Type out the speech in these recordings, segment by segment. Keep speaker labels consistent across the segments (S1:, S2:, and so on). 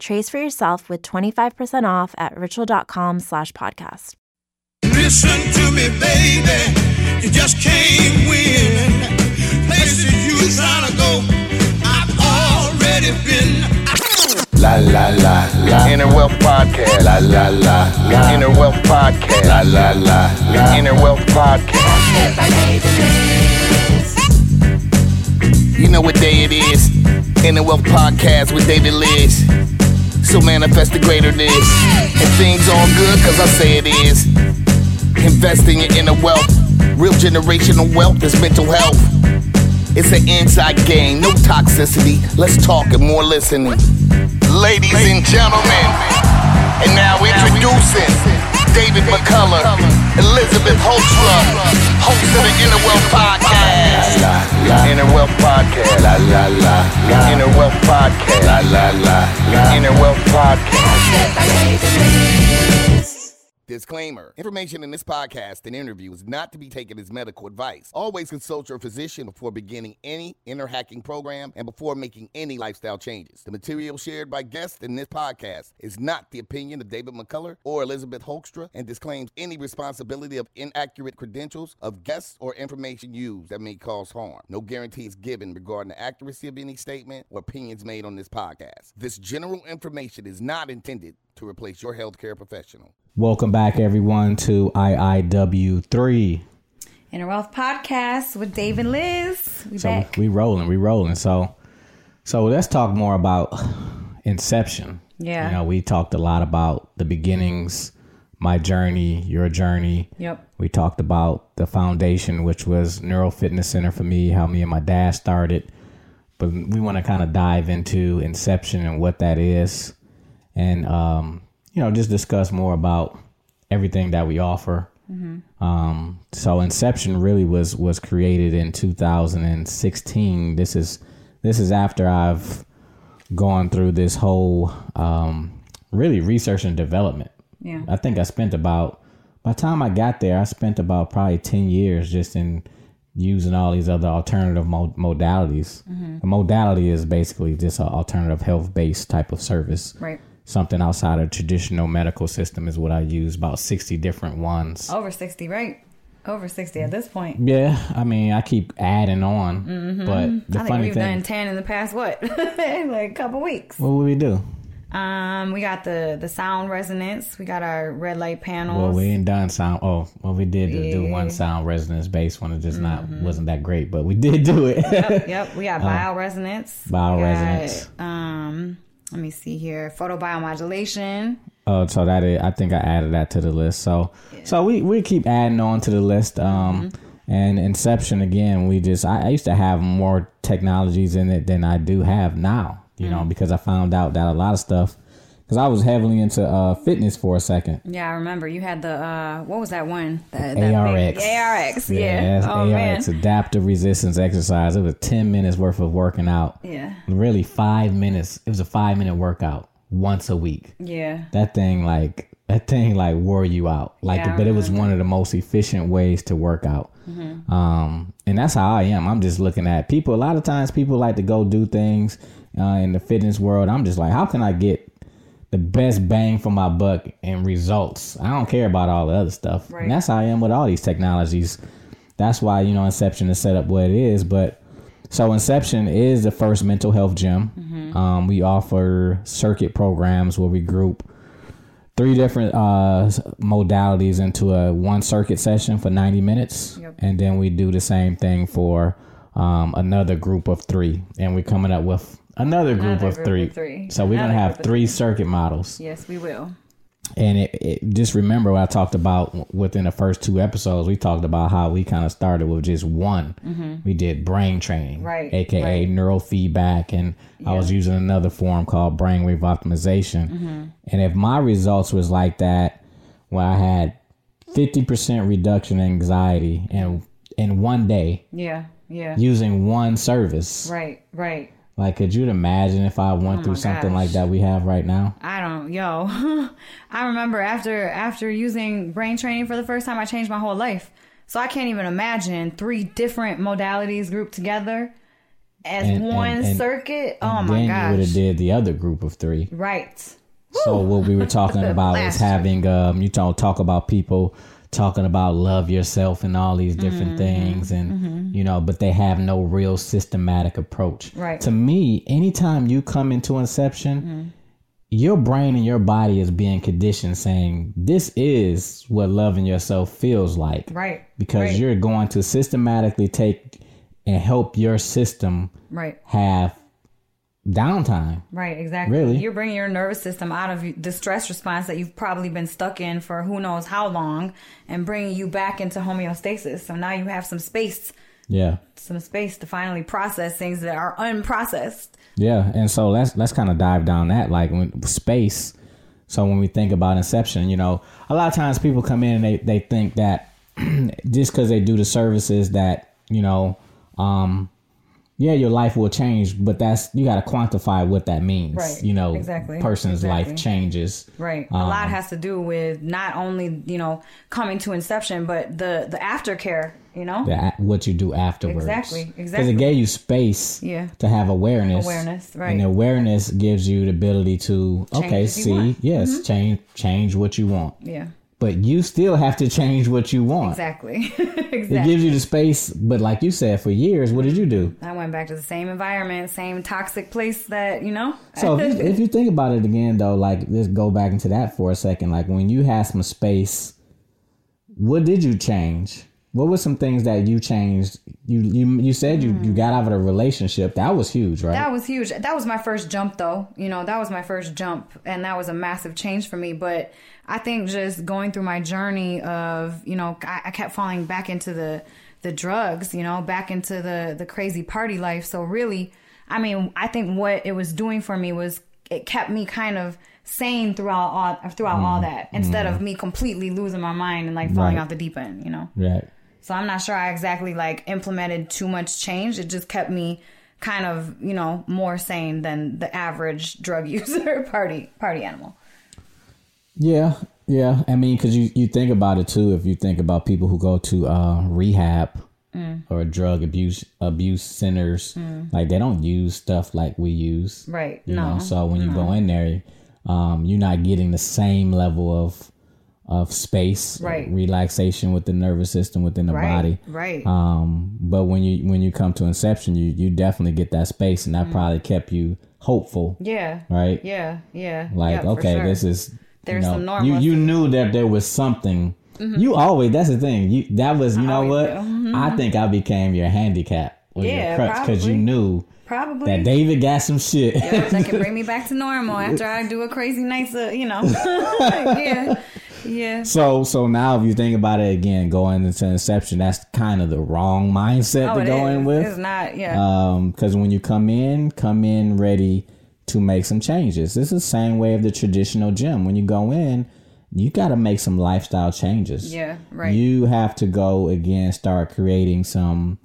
S1: Trace for yourself with 25% off at ritual.com slash podcast.
S2: Listen to me, baby. You just can't win. Places you trying to go, I've already been.
S3: La la la la.
S4: Inner Wealth Podcast.
S3: La la la la.
S4: Inner Wealth Podcast.
S3: La la la la.
S4: Inner Wealth Podcast. You know what day it is. Inner Wealth Podcast with David Liz. So manifest the greater this. And things all good cause I say it is. Invest in your inner wealth. Real generational wealth is mental health. It's an inside game, no toxicity. Let's talk and more listening. Ladies and gentlemen, and now introducing David McCullough, Elizabeth Holstra, host of the Inner Wealth Podcast.
S3: La la
S4: Inner Wealth Podcast.
S3: la la la la.
S4: Inner Wealth Podcast.
S3: La la la la.
S4: Inner Wealth Podcast. Disclaimer Information in this podcast and interview is not to be taken as medical advice. Always consult your physician before beginning any inner hacking program and before making any lifestyle changes. The material shared by guests in this podcast is not the opinion of David McCullough or Elizabeth Hoekstra and disclaims any responsibility of inaccurate credentials of guests or information used that may cause harm. No guarantee is given regarding the accuracy of any statement or opinions made on this podcast. This general information is not intended to replace your healthcare professional.
S5: Welcome back, everyone, to IIW3.
S6: Inner Wealth Podcast with Dave and Liz. We
S5: So
S6: back.
S5: we rolling, we rolling. So, so let's talk more about Inception.
S6: Yeah.
S5: you know, we talked a lot about the beginnings, my journey, your journey.
S6: Yep.
S5: We talked about the foundation, which was Neural Fitness Center for me, how me and my dad started. But we want to kind of dive into Inception and what that is, and um, you know, just discuss more about everything that we offer. Um, so Inception really was was created in 2016. This is this is after I've gone through this whole um, really research and development.
S6: Yeah.
S5: I think I spent about by the time I got there, I spent about probably ten years just in using all these other alternative mo- modalities.
S6: Mm-hmm.
S5: A modality is basically just an alternative health based type of service.
S6: Right.
S5: Something outside of traditional medical system is what I use. About sixty different ones.
S6: Over 60, right? Over 60 at this point.
S5: Yeah, I mean, I keep adding on, but the
S6: Mm-hmm. I think
S5: funny
S6: we've
S5: thing,
S6: done 10 in the past, what? like a couple weeks.
S5: what would we do?
S6: Um, We got the, the sound resonance. We got our red light panels.
S5: Well, we ain't done sound. Oh, well, we did do one sound resonance based one. It just not wasn't that great, but we did do it.
S6: Mm-hmm. Yep. We got bioresonance.
S5: Uh, Bio
S6: We got,
S5: resonance.
S6: Um, let me see here. Photobiomodulation.
S5: Oh, so that is, I think I added that to the list. So, so we, we keep adding on to the list. Um,
S6: Mm-hmm.
S5: and Inception again, we just I, I used to have more technologies in it than I do have now. You
S6: Mm.
S5: know, because I found out that a lot of stuff. Because I was heavily into uh, fitness for a second.
S6: Yeah, I remember you had the, uh, what was that one? That, that big-
S5: ARX.
S6: ARX, yeah.
S5: that's
S6: oh,
S5: ARX,
S6: man.
S5: adaptive resistance exercise. It was 10 minutes worth of working out.
S6: Yeah.
S5: Really, five minutes. It was a five minute workout once a week.
S6: Yeah.
S5: that thing like that thing like wore you out like
S6: Yeah, I
S5: but it was one of the most efficient ways to work out
S6: Mm-hmm.
S5: um and that's how i am i'm just looking at people a lot of times people like to go do things uh, in the fitness world i'm just like how can i get the best bang for my buck and results i don't care about all the other stuff
S6: Right.
S5: and that's how i am with all these technologies that's why you know inception is set up where it is but so Inception is the first mental health gym.
S6: Mm-hmm.
S5: Um, we offer circuit programs where we group three different uh, s- modalities into a one circuit session for 90 minutes,
S6: Yep.
S5: and then we do the same thing for um, another group of three, and we're coming up with another group,
S6: Another
S5: of,
S6: group
S5: three.
S6: of three.
S5: So we're gonna
S6: Another group
S5: have
S6: of
S5: three circuit models,
S6: Yes, we will.
S5: and it, it, just remember what I talked about w- within the first two episodes. We talked about how we kind of started with just one. We did brain training,
S6: Mm-hmm. Right,
S5: aka
S6: right.
S5: neurofeedback, and I was using another form called
S6: Mm-hmm.
S5: brainwave optimization. And if my results was like that, where I had fifty percent reduction in anxiety in in one day
S6: Yeah. Yeah.
S5: using one service.
S6: right. Right.
S5: Like, could you imagine if I went through something
S6: gosh.
S5: like that we have right now?
S6: I don't yo. I remember after after using brain training for the first time, I changed my whole life. So I can't even imagine three different modalities grouped together as
S5: And- and-
S6: one
S5: and-
S6: circuit.
S5: And
S6: oh my
S5: then you would
S6: gosh!
S5: have did the other group of three.
S6: Right.
S5: So what we were talking about is
S6: Blast.
S5: having um, you don't talk about people talking about love yourself and all these different
S6: Mm-hmm.
S5: things, and you know, but they have no real systematic approach.
S6: Right. Mm-hmm.
S5: To me, anytime you come into inception. Your brain and your body is being conditioned saying this is what loving yourself feels like.
S6: Right.
S5: Because
S6: Right.
S5: you're going to systematically take and help your system
S6: Right.
S5: have downtime.
S6: Right, exactly.
S5: Really?
S6: You're bringing your nervous system out of the stress response that you've probably been stuck in for who knows how long and bringing you back into homeostasis. So now you have some space,
S5: Yeah.
S6: some space to finally process things that are unprocessed.
S5: Yeah, and so let's let's kind of dive down that like when space. So when we think about Inception, you know, a lot of times people come in and they they think that just because they do the services that you know, um, yeah, your life will change, but that's you got to quantify what that means.
S6: Right,
S5: You know,
S6: exactly,
S5: person's
S6: exactly.
S5: life changes.
S6: Right. a
S5: Um,
S6: lot has to do with not only, you know, coming to inception, but the the aftercare, you know?
S5: the, what you do afterwards.
S6: Exactly,
S5: Because
S6: exactly.
S5: it gave you space
S6: Yeah.
S5: to have awareness.
S6: Awareness, right.
S5: And the awareness gives you the ability to, okay,
S6: if you
S5: see,
S6: want. Mm-hmm.
S5: yes, change change what you want.
S6: Yeah.
S5: But you still have to change what you want.
S6: Exactly.
S5: It
S6: exactly.
S5: gives you the space, but like you said, for years, what did you do?
S6: I went back to the same environment, same toxic place that, you know?
S5: So if you, if you think about it again, though, like let's go back into that for a second. Like when you had some space, what did you change? What were some things that you changed? You you you said you, you got out of a relationship. That was huge, right?
S6: That was huge. That was my first jump, though. You know, that was my first jump, and that was a massive change for me. But I think just going through my journey of, you know, I, I kept falling back into the the drugs, you know, back into the the crazy party life. So really, I mean, I think what it was doing for me was it kept me kind of sane throughout all throughout all that, instead of me completely losing my mind and like falling
S5: Mm. Right.
S6: out the deep end, you know.
S5: right.
S6: So I'm not sure I exactly like implemented too much change. It just kept me kind of, you know, more sane than the average drug user party party animal.
S5: Yeah, yeah. I mean, because you you think about it too. If you think about people who go to uh, rehab
S6: Mm.
S5: or drug abuse abuse centers, like they don't use stuff like we use,
S6: Right.
S5: You
S6: No.
S5: know, so when you go in there, um, you're not getting the same level of of space,
S6: Right.
S5: Relaxation with the nervous system within the
S6: Right.
S5: body.
S6: Right.
S5: Um, but when you when you come to Inception, you you definitely get that space, and that probably kept you hopeful,
S6: Mm. yeah.
S5: right?
S6: Yeah. Yeah.
S5: like
S6: Yeah, for
S5: okay
S6: sure.
S5: this is
S6: There's
S5: you know,
S6: some
S5: you,
S6: normalcy.
S5: you knew that there was something you always that's the thing you that was you know
S6: always
S5: what
S6: do. Mm-hmm.
S5: i think i became your handicap or your
S6: Yeah,
S5: crutch because you
S6: probably.
S5: knew
S6: probably
S5: that david got some shit
S6: that can bring me back to normal after I do a crazy night's, uh, you know. yeah. Yeah.
S5: so so now if you think about it again going into inception that's kind of the wrong mindset
S6: Oh,
S5: to
S6: it
S5: go
S6: is.
S5: in with
S6: It's not. Yeah.
S5: Um, 'cause because when you come in come in ready to make some changes this is the same way of the traditional gym when you go in you got to make some lifestyle changes
S6: Yeah, right.
S5: you have to go again start creating some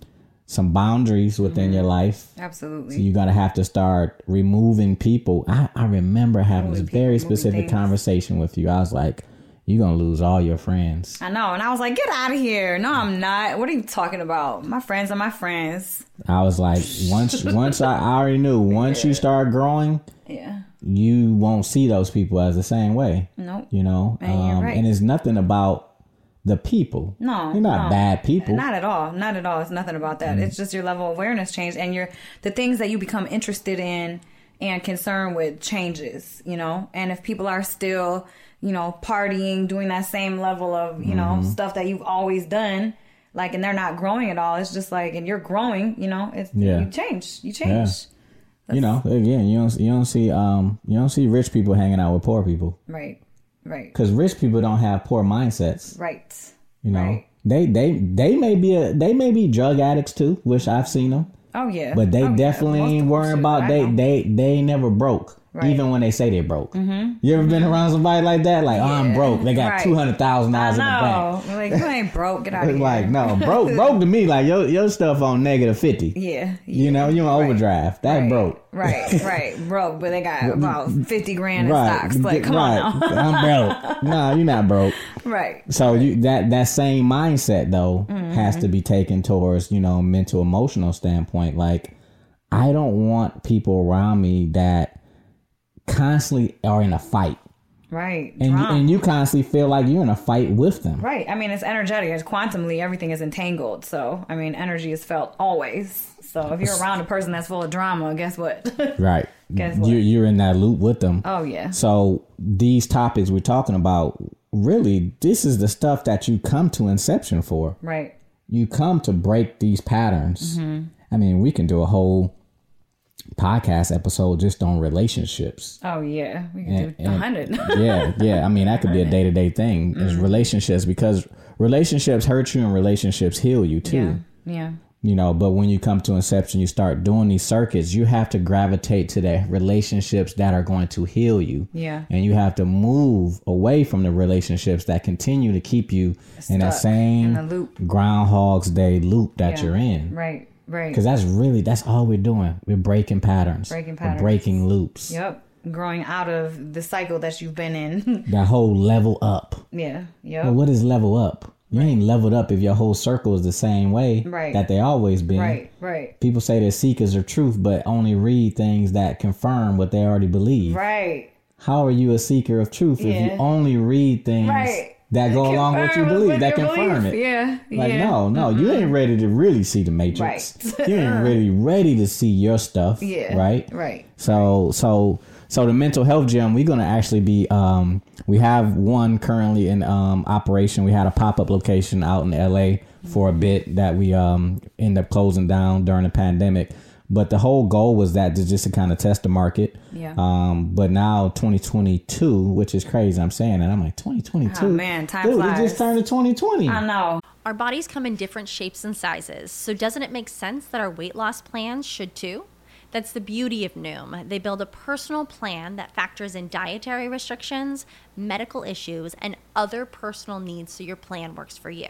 S5: some boundaries within your life
S6: Mm-hmm. Absolutely.
S5: so you're gonna have to start removing people. I, I remember having this
S6: people,
S5: very
S6: moving
S5: specific
S6: things.
S5: conversation with you. I was like, "You're gonna lose all your friends."
S6: I know, and I was like, "Get out of here!" No, I'm not. What are you talking about? My friends are my friends.
S5: I was like, "Once, once I, I already knew. Once you start growing,
S6: Yeah.
S5: you won't see those people as the same way.
S6: Nope.
S5: You know, Um,
S6: Man, you're right.
S5: and it's nothing about the people.
S6: No,
S5: you're not
S6: no.
S5: bad people.
S6: Not at all. Not at all. It's nothing about
S5: Mm.
S6: that. It's just your level of awareness change and your the things that you become interested in and concerned with changes, you know? And if people are still, you know, partying, doing that same level of, you
S5: Mm-hmm.
S6: know, stuff that you've always done, like and they're not growing at all, it's just like and you're growing, you know, it's
S5: Yeah.
S6: you change. You change.
S5: you know, again, you don't you don't see um you don't see rich people hanging out with poor people
S6: Right. Right.
S5: because rich people don't have poor mindsets.
S6: Right.
S5: You know,
S6: Right.
S5: they they they may be a they may be drug addicts too, which I've seen them,
S6: Oh yeah.
S5: but they
S6: Oh, yeah.
S5: definitely
S6: Most
S5: ain't
S6: of
S5: worrying
S6: them should.
S5: about
S6: I
S5: they
S6: know.
S5: they they ain't never broke.
S6: Right. Mm-hmm.
S5: Even when they say they're broke, you ever been around somebody like that? Like, oh, I'm broke. They got
S6: Right.
S5: two hundred thousand
S6: I
S5: dollars in the bank.
S6: know. Like you ain't broke. Get out of
S5: It's
S6: here.
S5: like no, broke, broke to me. Like your your stuff on negative fifty.
S6: yeah.
S5: You know, you on overdrive. That broke.
S6: Right, right, broke, but they got about fifty grand in stocks. Like, come
S5: right.
S6: on now,
S5: I'm broke. No, you're not broke.
S6: right? Mm-hmm.
S5: So you that that same mindset though has to be taken towards you know mental emotional standpoint. Like I don't want people around me that constantly are in a fight,
S6: Right.
S5: and you,
S6: drama.
S5: and you constantly feel like you're in a fight with them.
S6: right. I mean, it's energetic. It's quantumly everything is entangled. So, I mean, energy is felt always. So, if you're around a person that's full of drama, guess what?
S5: Right.
S6: Guess what?
S5: You're, you're in that loop with them.
S6: oh yeah.
S5: So these topics we're talking about, really, this is the stuff that you come to Inception for.
S6: Right.
S5: you come to break these patterns.
S6: Mm-hmm.
S5: I mean, we can do a whole podcast episode just on relationships.
S6: Oh yeah. We can do a
S5: and-
S6: hundred.
S5: Yeah, yeah. I mean, that could be a day to day thing is
S6: Mm-hmm.
S5: relationships because relationships hurt you and relationships heal you too.
S6: yeah. Yeah.
S5: You know, but when you come to inception, you start doing these circuits, you have to gravitate to the relationships that are going to heal you.
S6: Yeah.
S5: And you have to move away from the relationships that continue to keep you in that
S6: Stuck
S5: same
S6: in the loop.
S5: Groundhog's Day loop that
S6: Yeah.
S5: you're in.
S6: Right. Right.
S5: Because that's really that's all we're doing. We're breaking patterns.
S6: Breaking
S5: We're
S6: patterns.
S5: breaking loops.
S6: Yep. Growing out of the cycle that you've been in.
S5: That whole level up.
S6: yeah. Yep.
S5: But what is level up? You ain't leveled up if your whole circle is the same way
S6: Right.
S5: that they always been.
S6: right. Right.
S5: People say they're seekers of truth, but only read things that confirm what they already believe.
S6: Right.
S5: How are you a seeker of truth if
S6: Yeah.
S5: you only read things
S6: Right.
S5: that go along with what you
S6: Confirm
S5: believe,
S6: with
S5: that
S6: your
S5: confirm
S6: belief.
S5: it?
S6: Yeah.
S5: Like
S6: yeah. Mm-hmm.
S5: no, no, you ain't ready to really see the matrix. you ain't really ready to see your stuff.
S6: Yeah.
S5: Right.
S6: Right.
S5: So so so the mental health gym, we're gonna actually be um we have one currently in um operation. We had a pop up location out in LA for a bit that we um end up closing down during the pandemic. But the whole goal was that to just to kind of test the market.
S6: Yeah.
S5: Um, but now 2022, which is crazy. I'm saying that I'm like 2022.
S6: Oh, man, time
S5: Dude,
S6: flies.
S5: it just turned to 2020.
S6: I know.
S7: Our bodies come in different shapes and sizes, so doesn't it make sense that our weight loss plans should too? That's the beauty of Noom. They build a personal plan that factors in dietary restrictions, medical issues, and other personal needs so your plan works for you.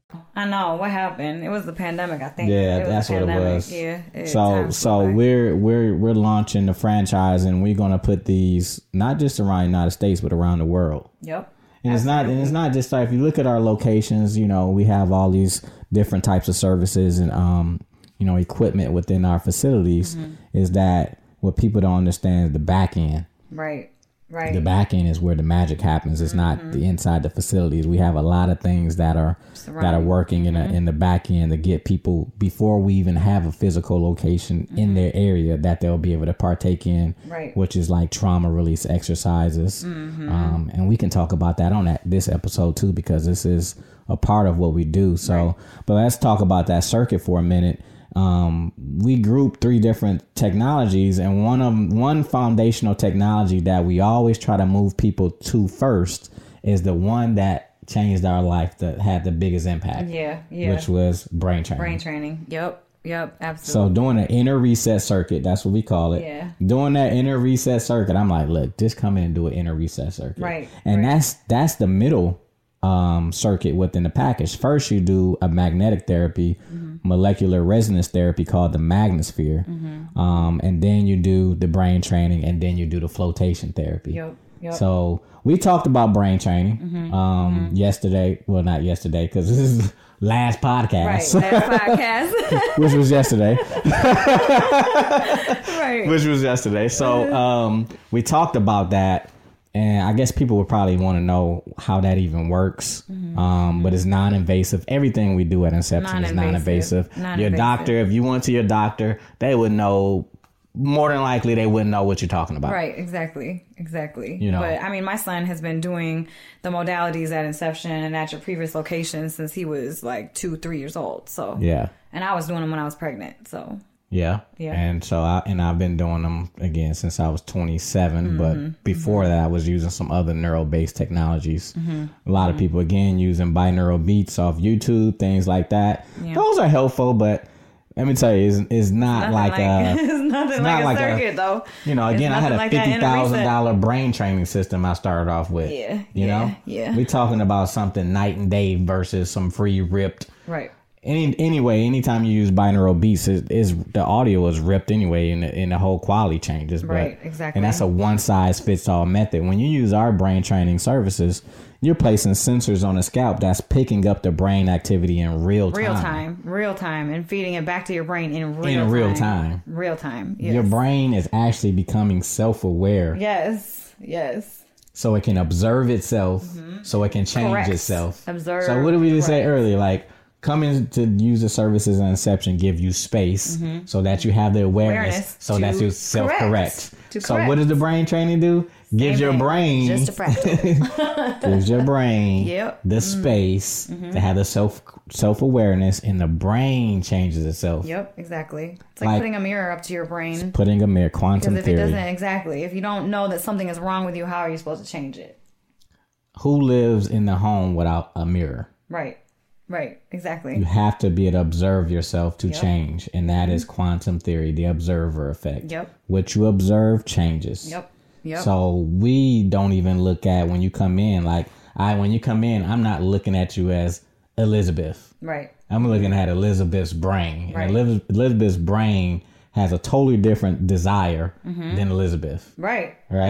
S6: I know what happened. It was the pandemic, I think.
S5: Yeah,
S6: It was the
S5: that's what it
S6: pandemic.
S5: was.
S6: Yeah. it-
S5: so
S6: time
S5: so
S6: flew by.
S5: we're we're we're launching the franchise and we're gonna put these not just around the United States but around the world.
S6: Yep.
S5: And it's not and it's not just like if you look at our locations, you know, we have all these different types of services and um, you know, equipment
S6: Mm-hmm.
S5: within our facilities is that what people don't understand is the back end.
S6: Right. Right. Mm-hmm.
S5: the back end is where the magic happens. It's not the inside the facilities. We have a lot of things that are that are working in
S6: Mm-hmm.
S5: a, in the back end to get people before we even have a physical location in their area that they'll be able to partake in,
S6: Mm-hmm. Right.
S5: which is like trauma release exercises.
S6: Mm-hmm.
S5: Um, and we can talk about that on that, this episode too because this is a part of what we do. So, but let's talk about that circuit for a minute um, we group three different technologies, and one of 'em- one foundational technology that we always try to move people to first is the one that changed our life that had the biggest impact.
S6: Yeah, yeah.
S5: Which was brain training.
S6: Brain training. Yep. Yep.
S5: so
S6: Absolutely.
S5: doing an inner reset circuit, that's what we call it.
S6: Yeah.
S5: Doing that inner reset circuit, I'm like, look, just come in and do an inner reset circuit.
S6: Right,
S5: And that's that's the middle um, circuit within the package. First, you do a magnetic therapy,
S6: Mm-hmm.
S5: molecular resonance therapy called the magnosphere,
S6: Mm-hmm.
S5: um, and then you do the brain training, and then you do the flotation therapy.
S6: Yep, yep.
S5: So we talked about brain training
S6: Mm-hmm,
S5: um, yesterday. Well, not yesterday because this is last
S6: right.
S5: podcast,
S6: That podcast.
S5: which was yesterday.
S6: right.
S5: which was yesterday. So um, we talked about that, and I guess people would probably want to know how that even works. Um, but it's non-invasive. Everything we do at Inception is
S6: Non-invasive.
S5: non-invasive. Your
S6: Non-invasive.
S5: doctor, if you went to your doctor, they would know. More than likely, they wouldn't know what you're talking about.
S6: Right, exactly, exactly.
S5: know.
S6: But I mean, my son has been doing the modalities at Inception and at your previous location since he was like two, three years old. So
S5: Yeah.
S6: and I was doing them when I was pregnant. So
S5: Yeah.
S6: Yeah.
S5: And so I and I've been doing them again since I was 27,
S6: Mm-hmm.
S5: but before that I was using some other neural based technologies.
S6: Mm-hmm.
S5: A lot of people again using binaural beats off YouTube, things like that. Those are helpful, but let me tell you, it's, it's not like,
S6: Nothing
S5: a
S6: it's nothing like,
S5: not like
S6: a
S5: a-
S6: circuit though.
S5: you know,
S6: It's
S5: again, I had a
S6: nothing like that
S5: fifty
S6: in a
S5: thousand
S6: reset.
S5: dollar brain training system I started off with.
S6: Yeah,
S5: you
S6: yeah,
S5: know,
S6: yeah.
S5: We're talking about something night and day versus some free ripped
S6: Right.
S5: any anyway, anytime you use binaural beats, is, is the audio is ripped anyway, and the, and the whole quality changes. but-
S6: Right, exactly.
S5: And that's a one size fits all method. When you use our brain training services, you're placing sensors on the scalp that's picking up the brain activity in real time.
S6: Real time. Real time. And feeding it back to your brain in real time.
S5: In real time.
S6: Real time. Yes.
S5: Your brain is actually becoming self aware,
S6: Yes. Yes.
S5: so it can observe itself, so it can change
S6: Mm-hmm. Correct.
S5: itself.
S6: Observe,
S5: So what did we just say
S6: correct.
S5: earlier? Like. Coming to use the services and inception give you space so that you have the awareness,
S6: Mm-hmm. Awareness
S5: so
S6: to
S5: that you self correct.
S6: correct. To
S5: So what
S6: correct.
S5: does the brain training do? Gives your
S6: Amen.
S5: brain
S6: Just a practice.
S5: gives your brain
S6: Yep. Mm. Mm-hmm.
S5: the space to have the self self awareness and the brain changes itself.
S6: yep, exactly. It's like,
S5: Like-
S6: putting a mirror up to your brain.
S5: Putting a mere quantum
S6: Because if it doesn't
S5: theory.
S6: exactly, if you don't know that something is wrong with you, how are you supposed to change it?
S5: Who lives in the home without a mirror?
S6: Right. Right.
S5: You
S6: Exactly.
S5: have to be able to observe yourself to change. And that is quantum theory, the observer effect.
S6: Mm-hmm. Yep.
S5: What you observe changes.
S6: Yep. Yep.
S5: So we don't even look at when you come in, like I when you come in, I'm not looking at you as Elizabeth.
S6: right.
S5: I'm looking at Elizabeth's brain.
S6: Right.
S5: And Eliz- Elizabeth's brain has a totally different desire
S6: Mm-hmm.
S5: than Elizabeth.
S6: Right.
S5: Right.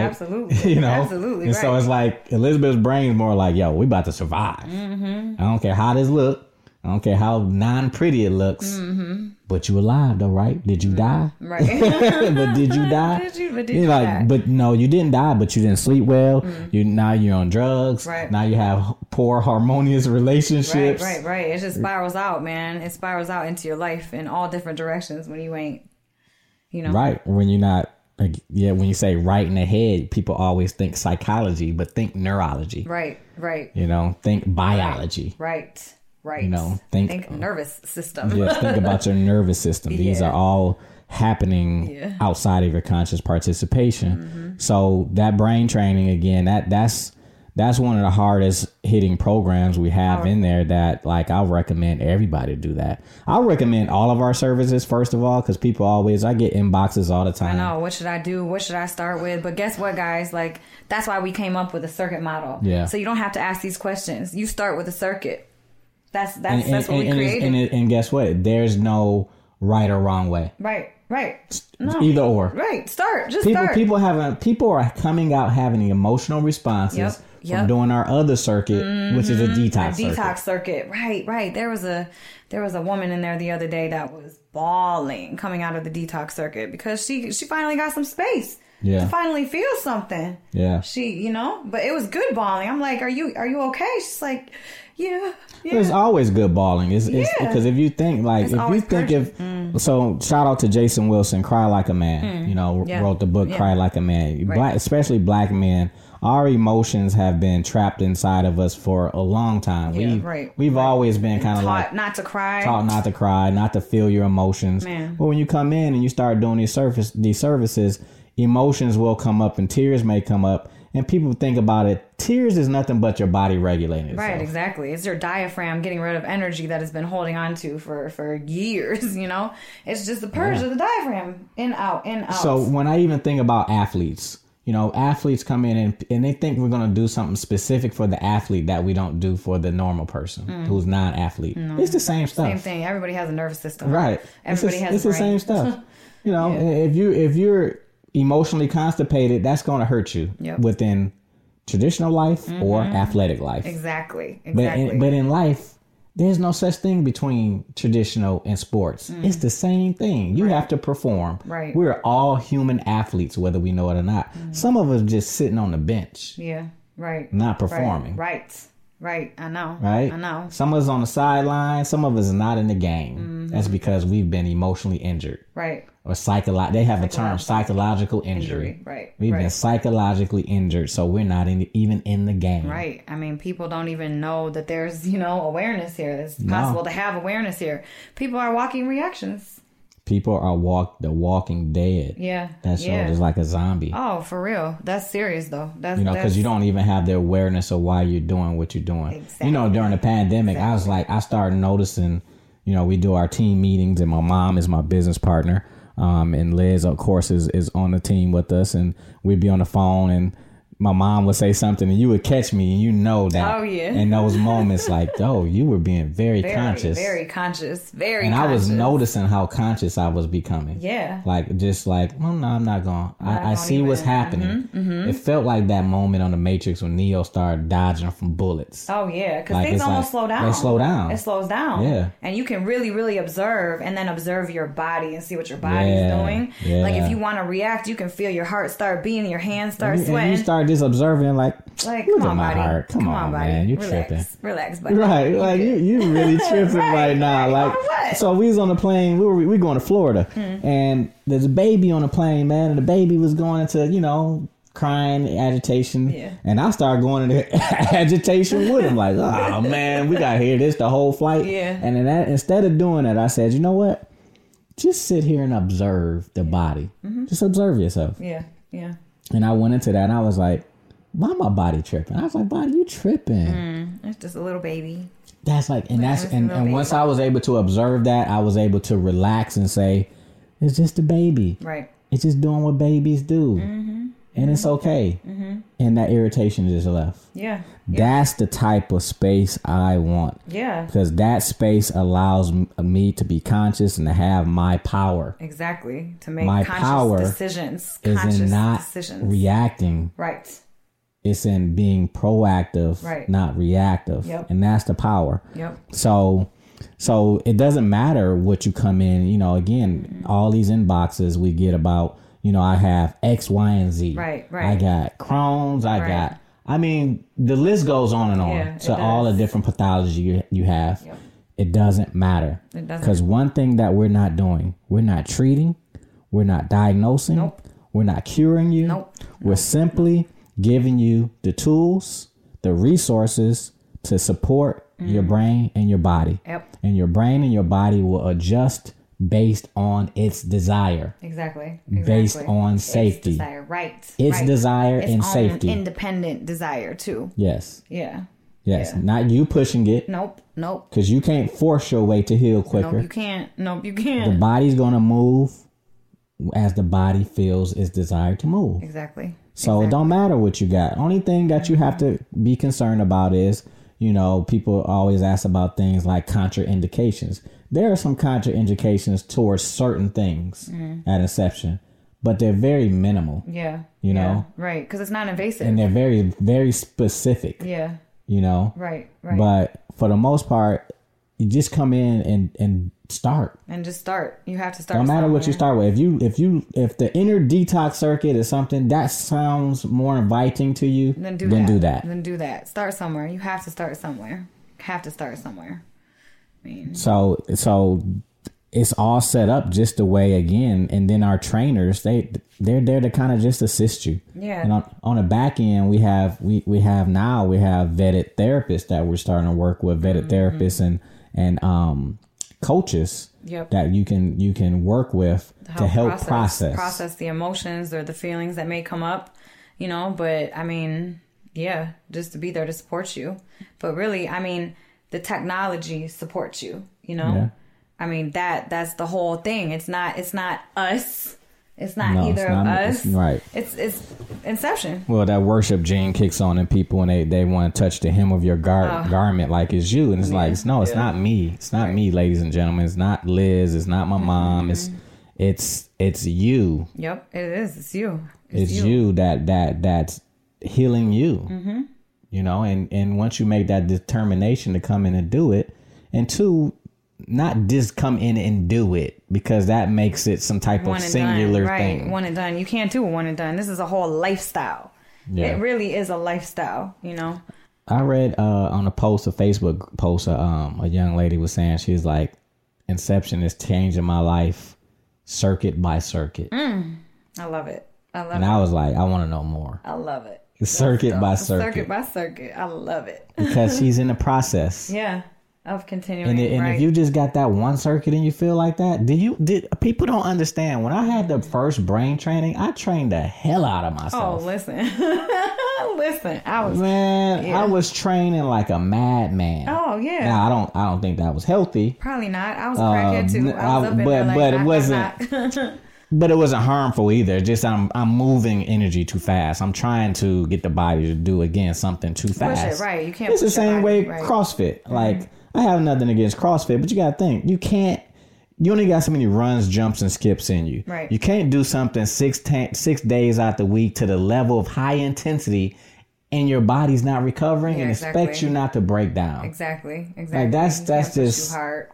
S6: Absolutely.
S5: you know?
S6: Absolutely.
S5: And
S6: right.
S5: so it's like Elizabeth's brain is more like, yo, we about to survive.
S6: Mm-hmm.
S5: I don't care how this look. I don't care how non pretty it looks.
S6: Mm-hmm.
S5: But you alive though, right? Did you die?
S6: right.
S5: but did you die?
S6: Mm-hmm. Did you- but did
S5: You're
S6: you
S5: like,
S6: die? Mm-hmm.
S5: but no, you didn't die, but you didn't sleep well. You now you're on drugs.
S6: Right.
S5: Now you have poor harmonious
S6: right.
S5: relationships.
S6: Right. Right. It just spirals out, man. It spirals out into your life in all different directions when you ain't, you know.
S5: Right. When you're not, like, yeah, when you say right in the head, people always think psychology, but think neurology.
S6: Right. Right.
S5: You know, think biology.
S6: Right. Right.
S5: You know, think-
S6: nervous system.
S5: Yes, think about your nervous system. These
S6: Yeah.
S5: are all happening outside of your conscious participation.
S6: Mm-hmm.
S5: So that brain training again, that that's that's one of the hardest hitting programs we have in there that like I'll recommend everybody do that. I'll recommend all of our services first of all cuz people always I get inboxes all the time.
S6: I know. What should I do? What should I start with? But guess what, guys? Like that's why we came up with a circuit model.
S5: Yeah.
S6: So you don't have to ask these questions. You start with a circuit. That's that's that's what we
S5: and, it's-
S6: created.
S5: and it- and guess what? There's no right or wrong way.
S6: right. Right.
S5: Either or.
S6: Right. Start. Just
S5: People
S6: start.
S5: people having people are coming out having emotional responses
S6: Yep,
S5: from
S6: yep. Mm-hmm.
S5: doing our other circuit, which is a detox. circuit.
S6: detox circuit. Right. Right. There was a there was a woman in there the other day that was bawling coming out of the detox circuit because she she finally got some space.
S5: Yeah.
S6: to finally feel something.
S5: Yeah.
S6: She, you know, but it was good balling. I'm like, are you are you okay? She's like, yeah, yeah.
S5: There's always good balling. It's because
S6: Yeah.
S5: if you think like
S6: It's
S5: if you
S6: always Mm.
S5: think if so, shout out to Jason Wilson, "Cry Like a Man." You know,
S6: Yeah.
S5: wrote the book
S6: Yeah.
S5: "Cry Like a Man." Black, especially black men, our emotions have been trapped inside of us for a long time.
S6: Yeah,
S5: we've
S6: right,
S5: we've always been kind of
S6: taught
S5: like
S6: not to cry.
S5: taught not to cry, not to feel your emotions.
S6: Man.
S5: But when you come in and you start doing these surface these services, emotions will come up and tears may come up. And people think about it. Tears is nothing but your body regulating
S6: Right,
S5: itself.
S6: exactly. It's your diaphragm getting rid of energy that it's been holding on to for for years. You know, it's just the purge of the diaphragm, in out, in out.
S5: So when I even think about athletes, you know, athletes come in and, and they think we're going to do something specific for the athlete that we don't do for the normal person who's non-athlete. It's the same stuff.
S6: Mm. same thing. Everybody has a nervous system,
S5: Right. It's the-
S6: Everybody has.
S5: it's
S6: a
S5: the same
S6: brain.
S5: stuff. You know, if you if you're emotionally constipated, that's going to hurt you
S6: Yep. Mm-hmm.
S5: within traditional life or athletic life.
S6: Exactly.
S5: But
S6: Exactly.
S5: in, but in life, there's no such thing between traditional and sports. It's the same thing. You have to perform.
S6: Mm. Right. Mm.
S5: We're all human athletes, whether we know it or not. Some of us just sitting on the bench,
S6: yeah. Right.
S5: not
S6: Right.
S5: performing. Right.
S6: Right. Right. I know. I know.
S5: Some of us on the sideline. Some of us not in the game.
S6: Mm-hmm.
S5: That's because we've been emotionally injured
S6: Right.
S5: or psychological. They have a term, psychological injury.
S6: Right.
S5: We've been
S6: Right.
S5: psychologically injured, so we're not in even in the game.
S6: Right. I mean, people don't even know that there's, you know, awareness here. It's possible to have awareness here. People are walking reactions.
S5: People are walk the Walking Dead.
S6: Yeah.
S5: That show
S6: yeah.
S5: is like a zombie.
S6: Oh, for real. That's serious though. That's
S5: you know,
S6: that's,
S5: because you don't even have the awareness of why you're doing what you're doing. You know, during the pandemic, I was like, I started noticing. You know, we do our team meetings, and my mom is my business partner, um, and Liz, of course, is is on the team with us, and we'd be on the phone, and my mom would say something, and you would catch me, and you know that.
S6: Oh, yeah.
S5: In those moments, like, oh, you were being very,
S6: very,
S5: conscious,
S6: very conscious, very.
S5: and I was
S6: conscious.
S5: noticing how conscious I was becoming.
S6: Yeah.
S5: Like just like, well, no, I'm not going. to I, I
S6: gonna
S5: see what's
S6: even- uh-huh, mm-hmm.
S5: happening. It felt like that moment on the Matrix when Neo started dodging from bullets.
S6: Oh yeah, because
S5: Like,
S6: things
S5: it's
S6: almost
S5: like-
S6: slow down.
S5: they slow down.
S6: It slows down.
S5: Yeah.
S6: and you can really, really observe, and then observe your body and see what your body's
S5: Yeah,
S6: doing.
S5: yeah.
S6: Like if you want to react, you can feel your heart start beating, your hands start
S5: and, you,
S6: sweating.
S5: and you start just observing, like,
S6: like,
S5: look
S6: come
S5: at
S6: on,
S5: my
S6: body.
S5: heart. Come, on,
S6: body.
S5: man, you
S6: relax.
S5: tripping.
S6: Relax, buddy.
S5: Right, like you, you really tripping right, now. Like,
S6: what?
S5: so we was on the plane. We were we going to Florida, and there's a baby on the plane, man. And the baby was going into you know crying, agitation,
S6: Yeah.
S5: and I started going into agitation with him. Like, oh man, we got to hear this the whole flight.
S6: Yeah.
S5: And then that, instead of doing that, I said, you know what? Just sit here and observe the body. Just observe yourself.
S6: Yeah, yeah.
S5: And I went into that, and I was like, why my body tripping? I was like, body, you tripping.
S6: It's just a little baby.
S5: That's like, and that's, and,
S6: little
S5: and
S6: baby.
S5: once I was able to observe that, I was able to relax and say, it's just a baby.
S6: Right.
S5: It's just doing what babies do.
S6: Mm-hmm.
S5: And it's okay. And that irritation is left.
S6: Yeah.
S5: That's the type of space I want
S6: Yeah.
S5: because that space allows m- uh, me to be conscious and to have my power.
S6: Exactly. To make
S5: My
S6: conscious
S5: power
S6: decisions.
S5: Is
S6: Conscious
S5: in not
S6: decisions.
S5: reacting.
S6: right.
S5: It's in being proactive,
S6: Right.
S5: not reactive.
S6: Yep.
S5: And that's the power.
S6: Yep.
S5: So so it doesn't matter what you come in, you know, again, all these inboxes we get about, you know, I have X, Y, and Z.
S6: Right,
S5: I
S6: right.
S5: got Crohn's, I
S6: Right.
S5: got I mean, the list goes on and on.
S6: Yeah, it
S5: so all the
S6: does.
S5: different pathology you, you have. It doesn't matter.
S6: It doesn't.
S5: Because one thing that we're not doing, we're not treating, we're not diagnosing,
S6: Nope.
S5: we're not curing you.
S6: Nope.
S5: We're simply giving you the tools, the resources to support your brain and your body.
S6: Mm. Yep.
S5: And your brain and your body will adjust based on its desire,
S6: Exactly.
S5: based
S6: Exactly.
S5: on
S6: It's
S5: safety.
S6: desire. Right.
S5: It's
S6: right.
S5: desire
S6: Its
S5: and
S6: own
S5: safety.
S6: Independent desire too.
S5: yes.
S6: Yeah.
S5: Yes. Not you pushing it
S6: Nope. Nope.
S5: because you can't force your way to heal quicker.
S6: Nope. You can't. Nope. You
S5: the
S6: can't.
S5: body's going to move as the body feels its desire to move.
S6: exactly.
S5: So it don't matter what you got. Only thing that you have to be concerned about is, you know, people always ask about things like contraindications. There are some contraindications towards certain things
S6: Mm.
S5: at inception, but they're very minimal
S6: Yeah.
S5: You
S6: yeah,
S5: know?
S6: Right. Because it's not invasive.
S5: and they're very very specific,
S6: yeah.
S5: you know.
S6: Right. Right.
S5: But for the most part, you just come in and and start.
S6: and just start. You have to start.
S5: No matter what you
S6: somewhere.
S5: start with, if you if you if the inner detox circuit is something that sounds more inviting to you,
S6: Then do
S5: then
S6: that.
S5: do that.
S6: Then do that. Start somewhere. You have to start somewhere. Have to start somewhere. I mean,
S5: So so it's all set up just the way again, and then our trainers they they're there to kind of just assist you.
S6: Yeah.
S5: And on, on the back end, we have we we have now we have vetted therapists that we're starting to work with
S6: Mm-hmm.
S5: vetted therapists and and um coaches
S6: Yep.
S5: that you can you can work with to help process
S6: process the emotions or the feelings that may come up, you know, but I mean, yeah, just to be there to support you. But really, I mean, the technology supports you, you know?
S5: Yeah.
S6: I mean, that that's the whole thing. It's not it's not us. It's not
S5: No, it's
S6: either of
S5: not- it's-
S6: us.
S5: right.
S6: It's it's inception.
S5: Well, that worship gene kicks on in people and they, they want to touch the hem of your
S6: Ah.
S5: gar- garment like it's you. And it's like, it's, no, it's not me. It's not me, ladies and gentlemen. It's not Liz. It's not my mom.
S6: Mm-hmm.
S5: It's it's it's you.
S6: Yep, it is. It's you. Mm-hmm.
S5: It's, you. that that that's healing you. You know, and and once you make that determination to come in and do it, and two, not just come in and do it because that makes it some type of singular
S6: done, right?
S5: thing.
S6: One and done. You can't do a one and done. This is a whole lifestyle.
S5: Yeah.
S6: It really is a lifestyle, you know.
S5: I read uh, on a post, a Facebook post, uh, um, a young lady was saying she was like, "Inception is changing my life, circuit by circuit,"
S6: Mm. I love it. I love
S5: and
S6: it.
S5: I was like, "I want to know more,
S6: I love it. Oh,
S5: circuit by circuit,
S6: Circuit by circuit. I love it.
S5: because she's in the process."
S6: Yeah. Of continuing.
S5: And, it, and
S6: right.
S5: if you just got that one circuit and you feel like that, do you did people don't understand? When I had the first brain training, I trained the hell out of
S6: Oh,
S5: myself.
S6: listen. listen. I was
S5: Man, I was training like a madman.
S6: Oh, yeah.
S5: Now I don't I don't think that was healthy.
S6: probably not. I was a crackhead too.
S5: Um,
S6: I was
S5: I-
S6: up in
S5: but-
S6: there like,
S5: but it
S6: knock, knock,
S5: wasn't-
S6: knock.
S5: but it wasn't harmful either. It's Just I'm I'm moving energy too fast. I'm trying to get the body to do again something too fast.
S6: right. You can't
S5: It's the
S6: push your
S5: same
S6: body,
S5: way
S6: right. Mm-hmm.
S5: CrossFit. Like I have nothing against CrossFit, but you gotta think you can't. You only got so many runs, jumps, and skips in you.
S6: Right.
S5: You can't do something six ten- six days out the week to the level of high intensity, and your body's not recovering,
S6: Yeah,
S5: and expect
S6: exactly.
S5: you not to break down.
S6: Exactly. Exactly.
S5: that's-
S6: You
S5: that's
S6: can't push
S5: just-
S6: too hard.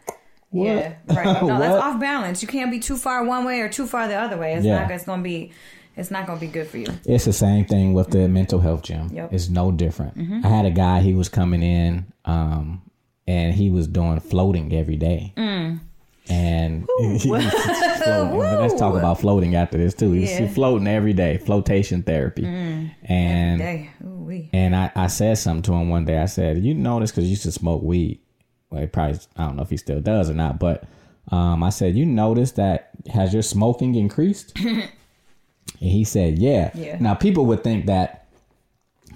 S6: Yeah. Right. No, that's
S5: What?
S6: off balance. You can't be too far one way or too far the other way. It's
S5: Yeah.
S6: not. It's gonna be. It's not gonna be good for you.
S5: It's the same thing with the mental health gym.
S6: Yep.
S5: It's no different. I had a guy, he was coming in, um, and he was doing floating every day. And he was floating. But let's talk about floating after this too. He was floating every day, flotation therapy. And
S6: Hey, ooh wee.
S5: and I, I said something to him one day. I said, "You know this because you used to smoke weed. Well, he probably I don't know if he still does or not, but um, I said, you notice that has your smoking increased?" and he said, yeah.
S6: Yeah.
S5: Now people would think that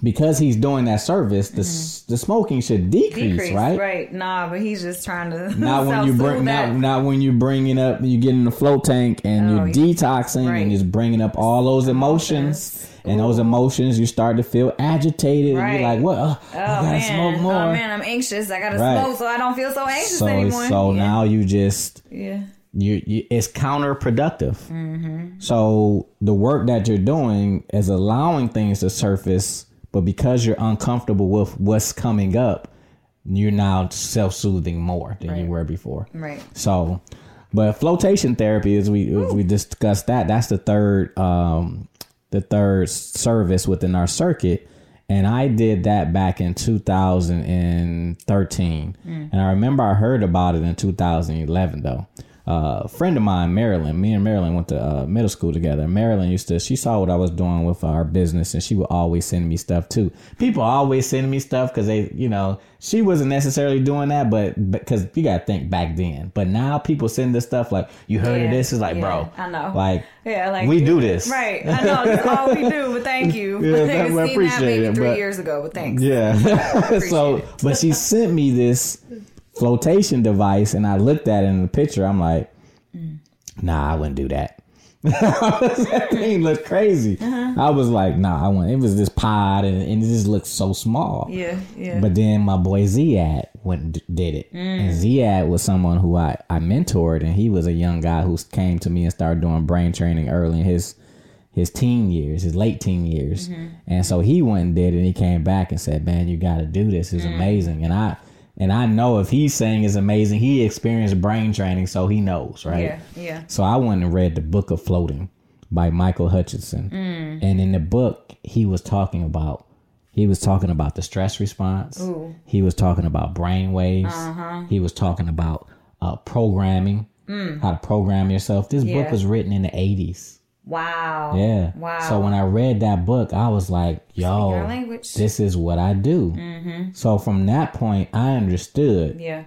S5: because he's doing that service, the s the smoking should decrease,
S6: Mm-hmm. Decrease, right? Nah, but he's just trying to.
S5: Not when you
S6: self-soothe
S5: bring
S6: that.
S5: not, not when you bringing up you get in the float tank and
S6: Oh,
S5: you're
S6: yeah.
S5: detoxing
S6: Right.
S5: and just bringing up all those emotions and those emotions you start to feel agitated and
S6: Right.
S5: you're like what uh, I
S6: Oh
S5: gotta
S6: man.
S5: smoke more
S6: Oh man, I'm anxious. I gotta
S5: Right.
S6: smoke so I don't feel so anxious
S5: so
S6: anymore.
S5: so
S6: yeah.
S5: now you just
S6: yeah.
S5: you, you it's counterproductive.
S6: Mm-hmm.
S5: So the work that you're doing is allowing things to surface, but because you're uncomfortable with what's coming up, you're now self-soothing more than you were before.
S6: Right.
S5: So, but flotation therapy, as we as we discussed that, that's the third um, the third service within our circuit, and I did that back in 2013,
S6: Mm.
S5: and I remember I heard about it in 2011 though. Uh, a friend of mine, Marilyn. Me and Marilyn went to uh, middle school together. Marilyn used to. She saw what I was doing with our business, and she would always send me stuff too. People always send me stuff because they, you know, she wasn't necessarily doing that, but because you gotta think back then. But now people send this stuff like, "You heard of
S6: Yeah,
S5: this?" It's like, bro,
S6: yeah, I know.
S5: Like,
S6: Yeah, like
S5: we do this,
S6: Right. I know that's all we do, but thank you.
S5: Yeah,
S6: You've
S5: that- we
S6: seen
S5: appreciate
S6: that maybe
S5: it,
S6: three
S5: but-
S6: years ago, but thanks.
S5: Yeah.
S6: Appreciate
S5: so, but she sent me this flotation device, and I looked at it in the picture. I'm like,
S6: Mm.
S5: nah, I wouldn't do that. that thing looked crazy.
S6: Uh-huh.
S5: I was like, nah, I want. It was this pod, and, and it just looked so small.
S6: Yeah, yeah. Mm.
S5: But then my boy Ziad went and d- did it. And Ziad was someone who I, I mentored, and he was a young guy who came to me and started doing brain training early in his his teen years, his late teen
S6: Mm-hmm. Mm.
S5: years. And so he went and did it, and he came back and said, "Man, you got to do this. It's amazing." And I And I know if he's saying is amazing, he experienced brain training, so he knows, right?
S6: Yeah, yeah.
S5: So I went and read the book of floating by Michael Hutchinson.
S6: Mm.
S5: And in the book, he was talking about he was talking about the stress response. He was talking about brain waves.
S6: Uh-huh.
S5: He was talking about uh, programming, how to program yourself. This
S6: Mm. Yeah.
S5: book was written in the 80s.
S6: Wow.
S5: Yeah.
S6: Wow.
S5: So when I read that book, I was like, yo,
S6: our language. Mm-hmm.
S5: this is what I do. So from that point, I understood
S6: yeah.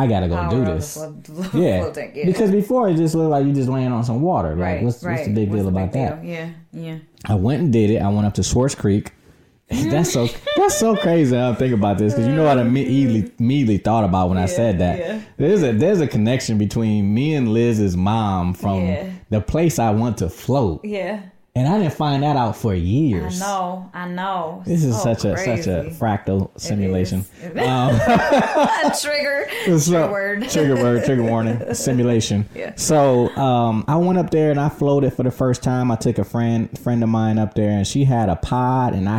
S5: I got to go
S6: Power
S5: do
S6: of the
S5: this.
S6: float- float-
S5: Yeah.
S6: floating, yeah.
S5: Because before it just looked like you just laying on some water. Right.
S6: right,
S5: Like, what's,
S6: right.
S5: what's the big deal about
S6: big
S5: that?
S6: deal? Yeah, yeah.
S5: I went and did it. I went up to Swartz Creek. that's so
S6: Mm-hmm.
S5: that's so crazy. I think about this because you know what I imme- immediately, immediately thought about when I said that.
S6: yeah.
S5: There's a there's a connection between me and Liz's mom from
S6: Yeah.
S5: the place I want to float,
S6: Yeah.
S5: and I didn't find that out for
S6: I
S5: years.
S6: know. I know.
S5: This is
S6: So
S5: such a such a
S6: crazy.
S5: fractal simulation. Um,
S6: trigger.
S5: So-
S6: word.
S5: trigger word, trigger warning, simulation.
S6: Yeah.
S5: So um, I went up there and I floated for the first time. I took a friend friend of mine up there and she had a pod and I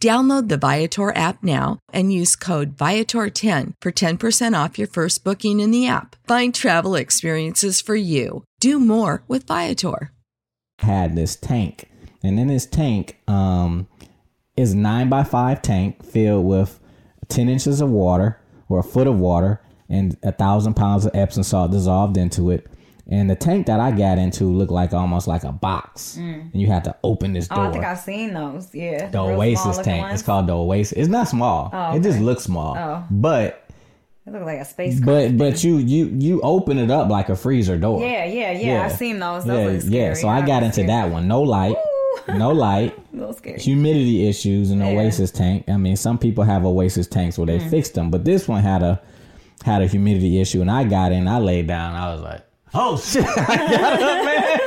S8: Download the Viator app now and use code Viator10 for 10% off your first booking in the app. Find travel experiences for you. Do more with Viator.
S5: had this tank, and in this tank um, is nine by five tank filled with ten inches of water or a foot of water and a thousand pounds of Epsom salt dissolved into it. And the tank that I got into looked like almost like a box, and you had to open this door.
S6: Mm. Oh, I think I've seen those. Yeah.
S5: the
S6: Real
S5: Oasis
S6: small-looking
S5: tank.
S6: ones. Oh,
S5: It's called the Oasis. It's not small. It just looks small. But
S6: It looked like a space.
S5: but but you you you open it up like a freezer door.
S6: yeah, yeah, yeah, I've seen those. Those
S5: yeah,
S6: look scary.
S5: yeah. So I got into that one. No light. No light.
S6: Those scary.
S5: humidity issues in Oasis tank. I mean, some people have Oasis tanks where
S6: Hmm.
S5: they fixed them, but this one had a had a humidity issue, and I got in, I laid down, I was like, oh shit, I got up, man.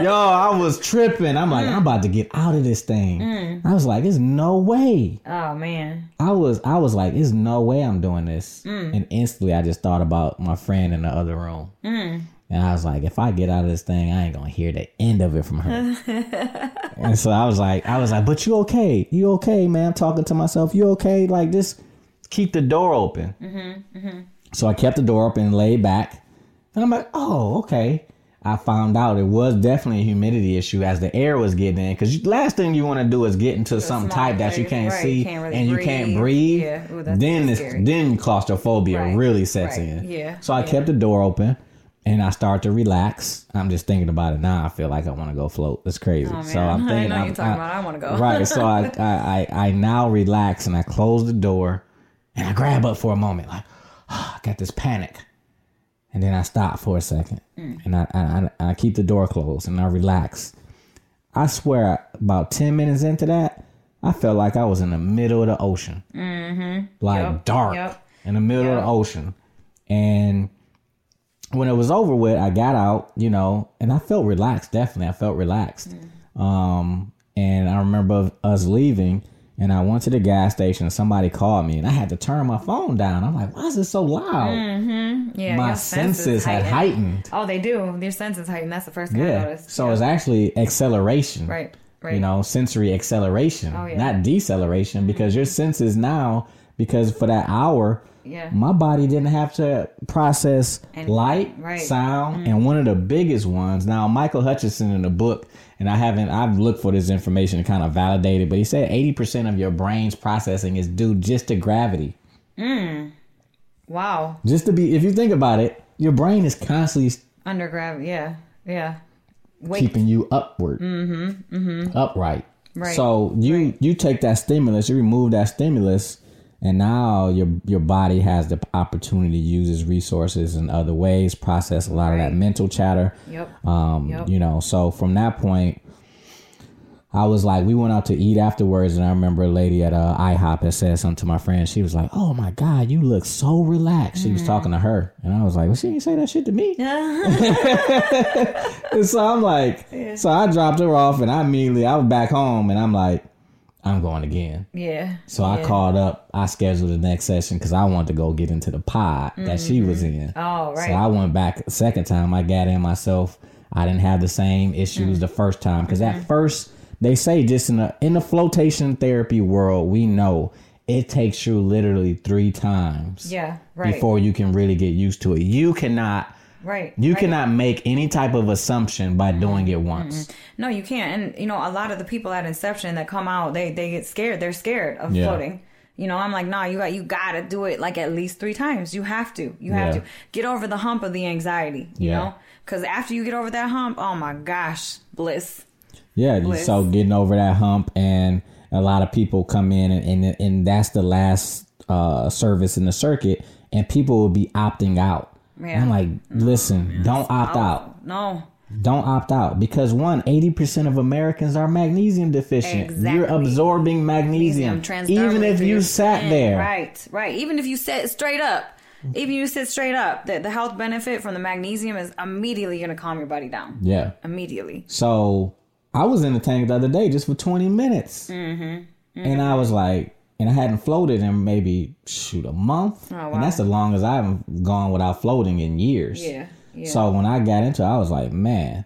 S5: Yo, I was tripping. I'm
S6: Hmm.
S5: like, I'm about to get out of this thing. I was like, there's no way.
S6: Oh man.
S5: I was, I was like, there's no way I'm doing this. And instantly, I just thought about my friend in the other room. And I was like, if I get out of this thing, I ain't gonna hear the end of it from her. and so I was like, I was like, but you okay? You okay, man? I'm talking to myself. You okay? Like, just keep the door open.
S6: Mm-hmm,
S5: So I kept the door open, and laid back, and I'm like, oh, okay. I found out it was definitely a humidity issue as the air was getting in. Because last thing you want to do is get into something
S6: small
S5: tight that you
S6: place,
S5: can't
S6: right,
S5: see
S6: you can't really
S5: and you can't breathe.
S6: Yeah, ooh, that's
S5: then it's,
S6: scary.
S5: then claustrophobia
S6: Right,
S5: really sets
S6: right,
S5: in.
S6: yeah,
S5: So I kept the door open and I start to relax. I'm just thinking about it now. I feel like I want to go float. That's crazy. so
S6: Oh, man.
S5: I'm
S6: I
S5: thinking.
S6: know
S5: I'm,
S6: you're talking about, I wanna go.
S5: Right. So I, I, I, I now relax and I close the door and I grab up for a moment, like I got this panic, and then I stop for a second
S6: Mm.
S5: and I, I, I I keep the door closed and I relax. I swear, about ten minutes into that, I felt like I was in the middle of the ocean, mm-hmm. like dark
S6: yep.
S5: in the middle of the ocean, and when it was over with, I got out, you know, and I felt relaxed. Definitely, I felt relaxed. Um, and I remember us leaving, and I went to the gas station. And somebody called me, and I had to turn my phone down. I'm like, "Why is it so loud?"
S6: Mm, Yeah.
S5: my
S6: your
S5: senses, had
S6: heightened.
S5: heightened.
S6: Oh, they do. Their senses heighten. That's the first thing I
S5: Yeah.
S6: noticed.
S5: So it's actually acceleration.
S6: Right, right. Oh,
S5: You know, sensory acceleration,
S6: yeah. Mm-hmm.
S5: not deceleration, because your senses now, because for that hour,
S6: Yeah.
S5: my body didn't have to process light,
S6: right.
S5: sound, and one of the biggest ones. Now, Michael Hutchinson in the book, and I haven't, I've looked for this information to kind of validate it, but he said 80% of your brain's processing is due just to gravity.
S6: Wow.
S5: Just to be, if you think about it, your brain is constantly
S6: Under gravity. Yeah. Yeah. Wait.
S5: keeping you upward, mm-hmm, upright.
S6: Right,
S5: So you you take that stimulus, you remove that stimulus, And now your your body has the opportunity to use its resources in other ways, process a lot of that mental chatter.
S6: Yep.
S5: Um,
S6: Yep.
S5: You know, so from that point, I was like, we went out to eat afterwards, and I remember a lady at uh, IHOP had said something to my friend. She was like, "Oh my god, you look so relaxed." She was
S6: Mm.
S5: talking to her, and I was like, "Well, she ain't say that shit to me." And so I'm like, so I dropped her off, and I immediately I was back home, and I'm like, I'm going again.
S6: Yeah.
S5: So I called up. I scheduled the next session because I wanted to go get into the pod that she was in.
S6: Oh, right.
S5: So I went back a second time. I got in myself. I didn't have the same issues
S6: Mm-hmm.
S5: the first time because at first they say just in the in the flotation therapy world, we know it takes you literally three times
S6: yeah. Right.
S5: before you can really get used to it. You cannot.
S6: right.
S5: You
S6: right.
S5: cannot make any type of assumption by doing it once.
S6: No, you can't. And you know, a lot of the people at Inception that come out, they they get scared. They're scared of
S5: Yeah.
S6: floating. You know, I'm like, nah, you got you gotta do it like at least three times. You have to. You have
S5: Yeah.
S6: to get over the hump of the anxiety. You
S5: Yeah.
S6: know, because after you get over that hump, oh my gosh, bliss.
S5: Yeah,
S6: bliss.
S5: so getting over that hump, and a lot of people come in, and and, and that's the last uh, service in the circuit, and people will be opting out.
S6: Yeah.
S5: I'm like, listen, don't opt out.
S6: Oh, No,
S5: Don't opt out because one, 80% of Americans are magnesium deficient. You're
S6: Exactly.
S5: absorbing magnesium,
S6: Magnesium
S5: even
S6: transdermally
S5: if
S6: through
S5: you
S6: your
S5: sat there.
S6: right, right. Even if you sit straight up, even you sit straight up, the, the health benefit from the magnesium is immediately gonna calm your body down.
S5: Yeah.
S6: Immediately.
S5: So I was in the tank the other day just for 20 minutes. And I was like, and I hadn't floated in maybe, shoot, a month. And that's the longest I haven't gone without floating in years.
S6: Yeah, yeah.
S5: So when I got into it, I was like, man,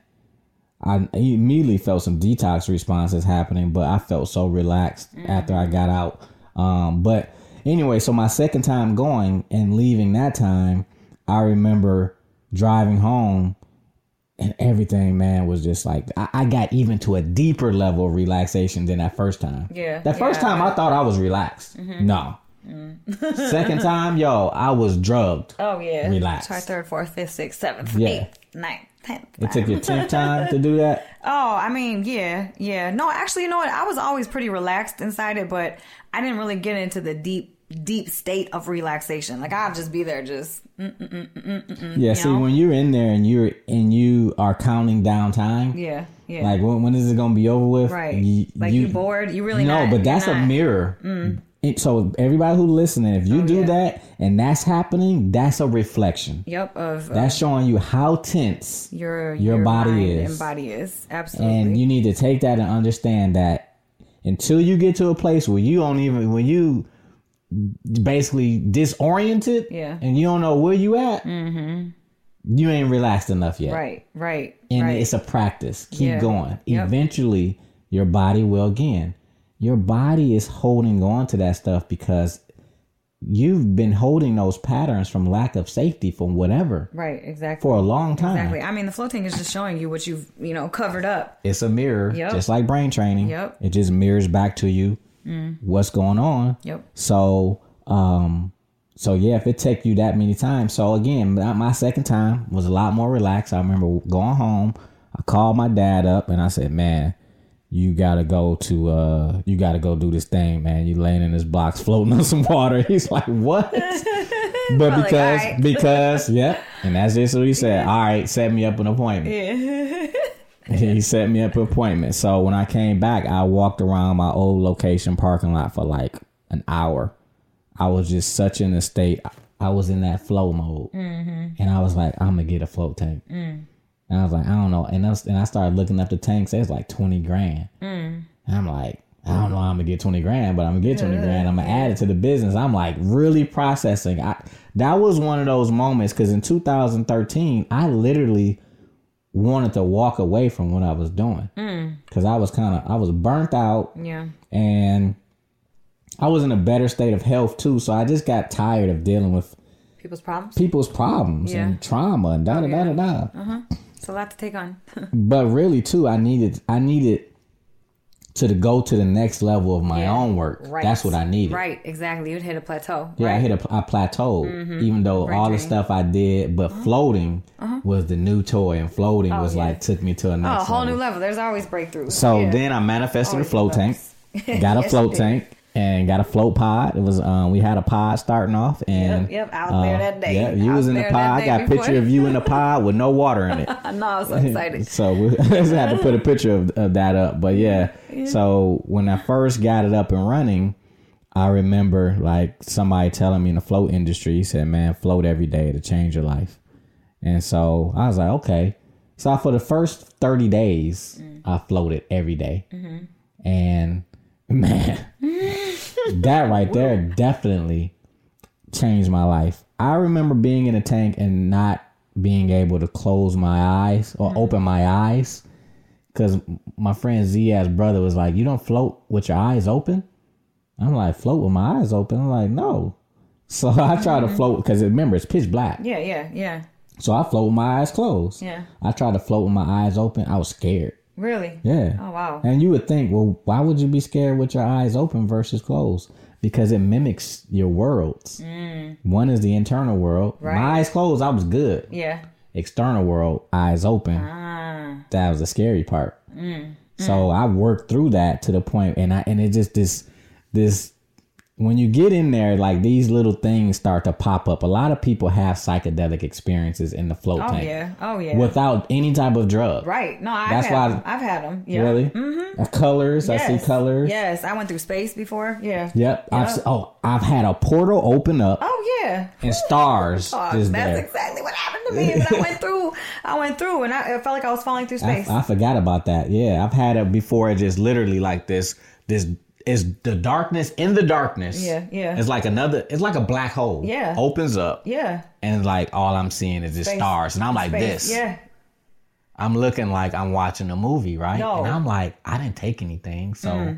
S5: I immediately felt some detox responses happening, but I felt so relaxed
S6: Mm.
S5: after I got out. Um, but anyway, so my second time going and leaving that time, I remember driving home and everything, man, was just like I, I got even to a deeper level of relaxation than that first time.
S6: Yeah,
S5: That first
S6: yeah. Mm-hmm. Mm.
S5: time I thought I was relaxed. No. Second time, yo, I was drugged.
S6: Oh yeah.
S5: Relax.
S6: Try third, fourth, fifth, sixth, seventh,
S5: Yeah.
S6: eighth, ninth, tenth.
S5: It took your tenth time to do that.
S6: Oh, I mean, yeah, yeah. No, actually, you know what? I was always pretty relaxed inside it, but I didn't really get into the deep, deep state of relaxation. Like I'll just be there, just
S5: Yeah, see,
S6: know?
S5: when you're in there and you're and you are counting down time,
S6: yeah, yeah.
S5: like when, when is it gonna be over with?
S6: right.
S5: Y-
S6: like you, bored. You really
S5: no,
S6: not-
S5: but that's
S6: you're
S5: a
S6: not- Mm. Oh,
S5: mirror. It- so everybody who listening, if you do that and that's happening, that's a reflection.
S6: Yep. Of uh,
S5: That's showing you how tense
S6: your
S5: your body
S6: mind
S5: is.
S6: and body is absolutely.
S5: and you need to take that and understand that until you get to a place where you don't even when you basically disoriented
S6: Yeah. Mm-hmm.
S5: and you don't know where you at you ain't relaxed enough yet
S6: right, right,
S5: and
S6: right.
S5: it's a practice keep
S6: Yeah.
S5: going
S6: Yep.
S5: eventually your body will again your body is holding on to that stuff because you've been holding those patterns from lack of safety from whatever
S6: right, exactly.
S5: for a long time
S6: Exactly. I mean, the floating is just showing you what you've, you know, covered up.
S5: It's a mirror,
S6: Yep.
S5: just like brain training.
S6: Yep. Mm.
S5: It just mirrors back to you what's going on.
S6: Yep.
S5: So, um, so yeah, if it take you that many times, so again, my my second time was a lot more relaxed. I remember going home. I called my dad up and I said, "Man, you gotta go to, uh, you gotta go do this thing, man. You laying in this box floating on some water." He's like, "What?" But
S6: Probably,
S5: because
S6: "All right."
S5: because yeah, and that's just what he said. All right, set me up an appointment. he set me up an appointment. So when I came back, I walked around my old location parking lot for like an hour. I was just such in a state. I was in that flow mode, and I was like, I'm gonna get a float tank. And I was like, I don't know. And I, was, and I started looking up the tanks. There's like twenty grand. And I'm like, I don't know. how I'm gonna get twenty grand, but I'm gonna get twenty grand. I'm gonna add it to the business. I'm like really processing. I that was one of those moments because in 2013, I literally wanted to walk away from what I was doing
S6: Hmm.
S5: because I was kind of I was burnt out
S6: Yeah.
S5: and I was in a better state of health too. So I just got tired of dealing with
S6: People's problems.
S5: people's problems
S6: Yeah.
S5: and trauma and da da da da da.
S6: It's a lot to take on.
S5: But really too, I needed I needed to the, go to the next level of my own work. That's what I needed.
S6: Right, exactly. You'd hit a plateau.
S5: Yeah, I
S6: right?
S5: hit
S6: Mm-hmm.
S5: a, I plateaued, even though all the stuff I did,
S6: Uh-huh.
S5: but floating was the new toy, and floating was like took me to a
S6: Oh,
S5: next
S6: a whole
S5: level.
S6: new level. There's always breakthroughs.
S5: So
S6: Yeah.
S5: then I manifested a
S6: Always
S5: float tank. Got a float tank. and got a float pod. It was um, we had a pod starting off, and uh,
S6: Yep, yep, I was there that day.
S5: Yeah, you
S6: I
S5: was
S6: was
S5: in the
S6: there
S5: pod.
S6: that
S5: I
S6: day
S5: got a picture
S6: before.
S5: of you in the pod with no water in it.
S6: I know. I was so excited.
S5: So we just had to put a picture of, of that up. But yeah, so when I first got it up and running, I remember like somebody telling me in the float industry, he said, man, float every day to change your life. And so I was like, okay. So for the first 30 days, I floated every day. And man, that right there definitely changed my life. I remember being in a tank and not being able to close my eyes
S6: Mm-hmm.
S5: or open my eyes because my friend Zia's brother was like, You don't float with your eyes open? I'm like, Float with my eyes open? I'm like, No. So I try to float because remember, it's pitch black.
S6: Mm-hmm. Yeah, yeah, yeah.
S5: So I float with my eyes closed.
S6: Yeah.
S5: I tried to float with my eyes open. I was scared.
S6: Really?
S5: Yeah.
S6: Oh wow.
S5: And you would think, well, why would you be scared with your eyes open versus closed? Because it mimics your worlds. One is the internal world. My
S6: Mm. Right.
S5: eyes closed, I was good.
S6: Yeah.
S5: External world, eyes open.
S6: Ah.
S5: That was the scary part.
S6: Mm.
S5: So I worked through that to the point, and I and it just this this when you get in there, like these little things start to pop up. A lot of people have psychedelic experiences in the float
S6: Oh
S5: tank
S6: yeah. Oh yeah.
S5: without any type of drug.
S6: right. No, I've
S5: That's
S6: had
S5: why-
S6: 'em. I've had them. Yeah. Mm-hmm.
S5: Really? Uh, Colors. I see
S6: Yes.
S5: colors.
S6: Yes, I went through space before. Yeah.
S5: Yep. I've s- oh, I've had a portal open up
S6: Oh yeah.
S5: and stars
S6: Fuck,
S5: just
S6: that's
S5: there.
S6: exactly what happened to me when I went through. I went through, and I, I felt like I was falling through
S5: I,
S6: space.
S5: I forgot about that. Yeah, I've had it before. It just literally like this. This is the darkness in the darkness.
S6: Yeah, yeah.
S5: It's like another. It's like a black hole.
S6: Yeah.
S5: Opens up.
S6: yeah.
S5: And like all I'm seeing is just
S6: Space.
S5: stars, and I'm like
S6: Space.
S5: this.
S6: Yeah.
S5: I'm looking like I'm watching a movie, right?
S6: No. Mm.
S5: And I'm like, I didn't take anything. So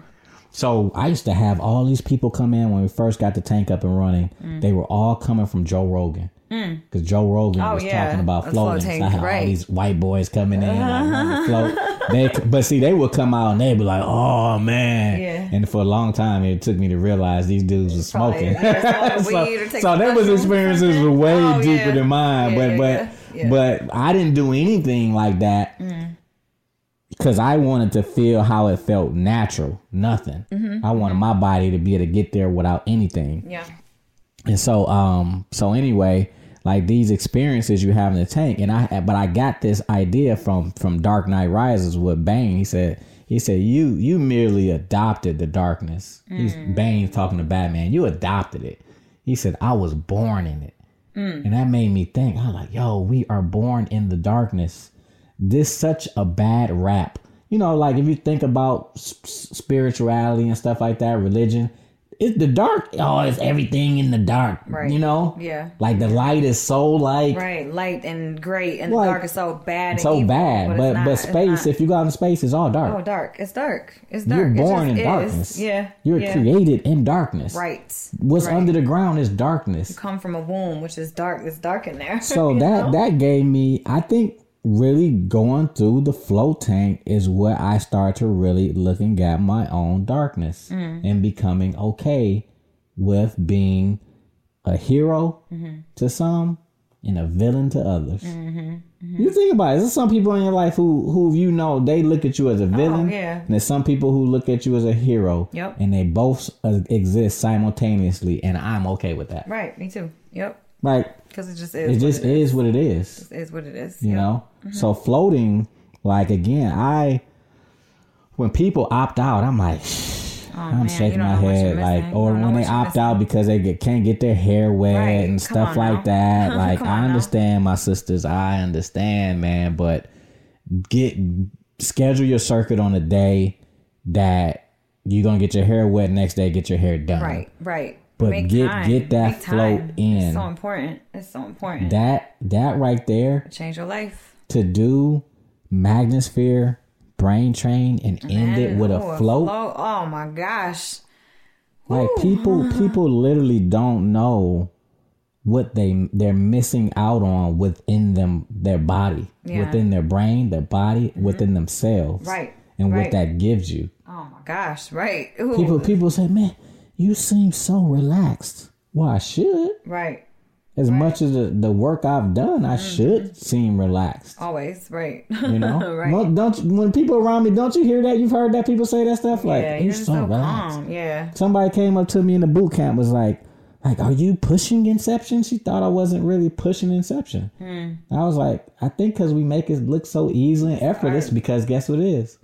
S5: so I used to have all these people come in when we first got the tank up and running.
S6: Mm.
S5: They were all coming from Joe Rogan. Because Joe Rogan
S6: Oh,
S5: was
S6: yeah.
S5: talking about
S6: A
S5: floating.
S6: floating,
S5: so I had all
S6: right.
S5: these white boys coming in, like, wanting to float. They, but see, they would come out and they'd be like, "Oh man!"
S6: Yeah.
S5: And for a long time, it took me to realize these dudes were smoking.
S6: Probably, yeah, smoking
S5: so
S6: weed or taking
S5: so there was
S6: mushrooms or
S5: experiences were
S6: something.
S5: way
S6: Oh,
S5: deeper
S6: yeah.
S5: than mine. but
S6: Yeah, yeah,
S5: but
S6: yeah, Mm. yeah.
S5: but I didn't do anything like that because I wanted to feel how it felt natural. Nothing.
S6: Mm-hmm.
S5: I wanted my body to be able to get there without anything.
S6: Yeah.
S5: And so um so anyway, like these experiences you have in the tank, and I but I got this idea from from Dark Knight Rises with Bane. He said. He said, "You you merely adopted the darkness." He's
S6: Mm.
S5: Bane's talking to Batman. You adopted it. He said, "I was born in it," and that made me think. I'm like, "Yo, we are born in the darkness." this such a bad rap. You know, like if you think about s- s- spirituality and stuff like that, religion, it's the dark. Oh, it's everything in the dark.
S6: Right.
S5: You know.
S6: Yeah.
S5: Like the light is so like
S6: Right. Light and great, and
S5: Like,
S6: the dark is so bad. And
S5: so
S6: evil,
S5: bad,
S6: it's
S5: but
S6: not.
S5: but
S6: It's
S5: space.
S6: not.
S5: If you go out in space, it's all dark.
S6: Oh, dark. It's dark. It's dark.
S5: You're
S6: It
S5: born in
S6: just is.
S5: darkness.
S6: Yeah.
S5: You're
S6: yeah.
S5: created in darkness.
S6: Right.
S5: What's
S6: Right.
S5: under the ground is darkness.
S6: Come from a womb, which is dark. It's dark in there.
S5: So that that gave me, I think, really going through the float tank is where I start to really looking at my own darkness and becoming okay with being a hero to some and a villain to others. You think about it. There's some people in your life who who you know they look at you as a villain,
S6: yeah.
S5: and there's some people who look at you as a hero,
S6: Yep.
S5: and they both uh, exist simultaneously, and I'm okay with that.
S6: right. Me too. Yep.
S5: Like
S6: Because it just
S5: it
S6: is.
S5: just is what it is
S6: what it is what it is.
S5: you know
S6: Mm-hmm.
S5: so floating like again i when people opt out i'm like i'm
S6: Oh, man,
S5: shaking
S6: you don't
S5: my
S6: know what
S5: head
S6: you're
S5: like
S6: missing.
S5: or
S6: You don't know
S5: when they
S6: what you're
S5: opt out because they get, can't get their hair wet
S6: Right. Come
S5: and stuff
S6: on now.
S5: like that like
S6: Come
S5: i
S6: on now.
S5: understand my sisters i understand man but get schedule your circuit on a day that you're gonna get your hair wet next day get your hair done
S6: Right. Right.
S5: But
S6: Make
S5: get-
S6: time.
S5: get that
S6: Make time.
S5: float in.
S6: It's so important. It's so important.
S5: that that right there
S6: Change your life.
S5: to do Magnosphere, Brain Train, and end it
S6: And-
S5: with a
S6: ooh,
S5: float.
S6: Oh my gosh.
S5: Like people, people literally don't know what they they're missing out on within them, their body,
S6: Yeah. Mm-hmm.
S5: within their brain, their body, within themselves,
S6: Right,
S5: And what
S6: right.
S5: that gives you.
S6: Oh my gosh. Right. Ooh.
S5: People, people say, "Man, you seem so relaxed." Well, I should.
S6: Right. Mm-hmm.
S5: As much as the, the work I've done, I should seem relaxed.
S6: Always, right?
S5: You know,
S6: right?
S5: Mo- don't you- when people around me, don't you hear that? You've heard that people say that stuff like,
S6: yeah,
S5: "You
S6: you're just
S5: so
S6: so
S5: relaxed."
S6: calm. Yeah.
S5: Somebody came up to me in the boot camp was like, "Like, are you pushing Inception?" She thought I wasn't really pushing Inception.
S6: Hmm.
S5: I was like, "I think because we make it look so easy and effortless. Because guess what it is."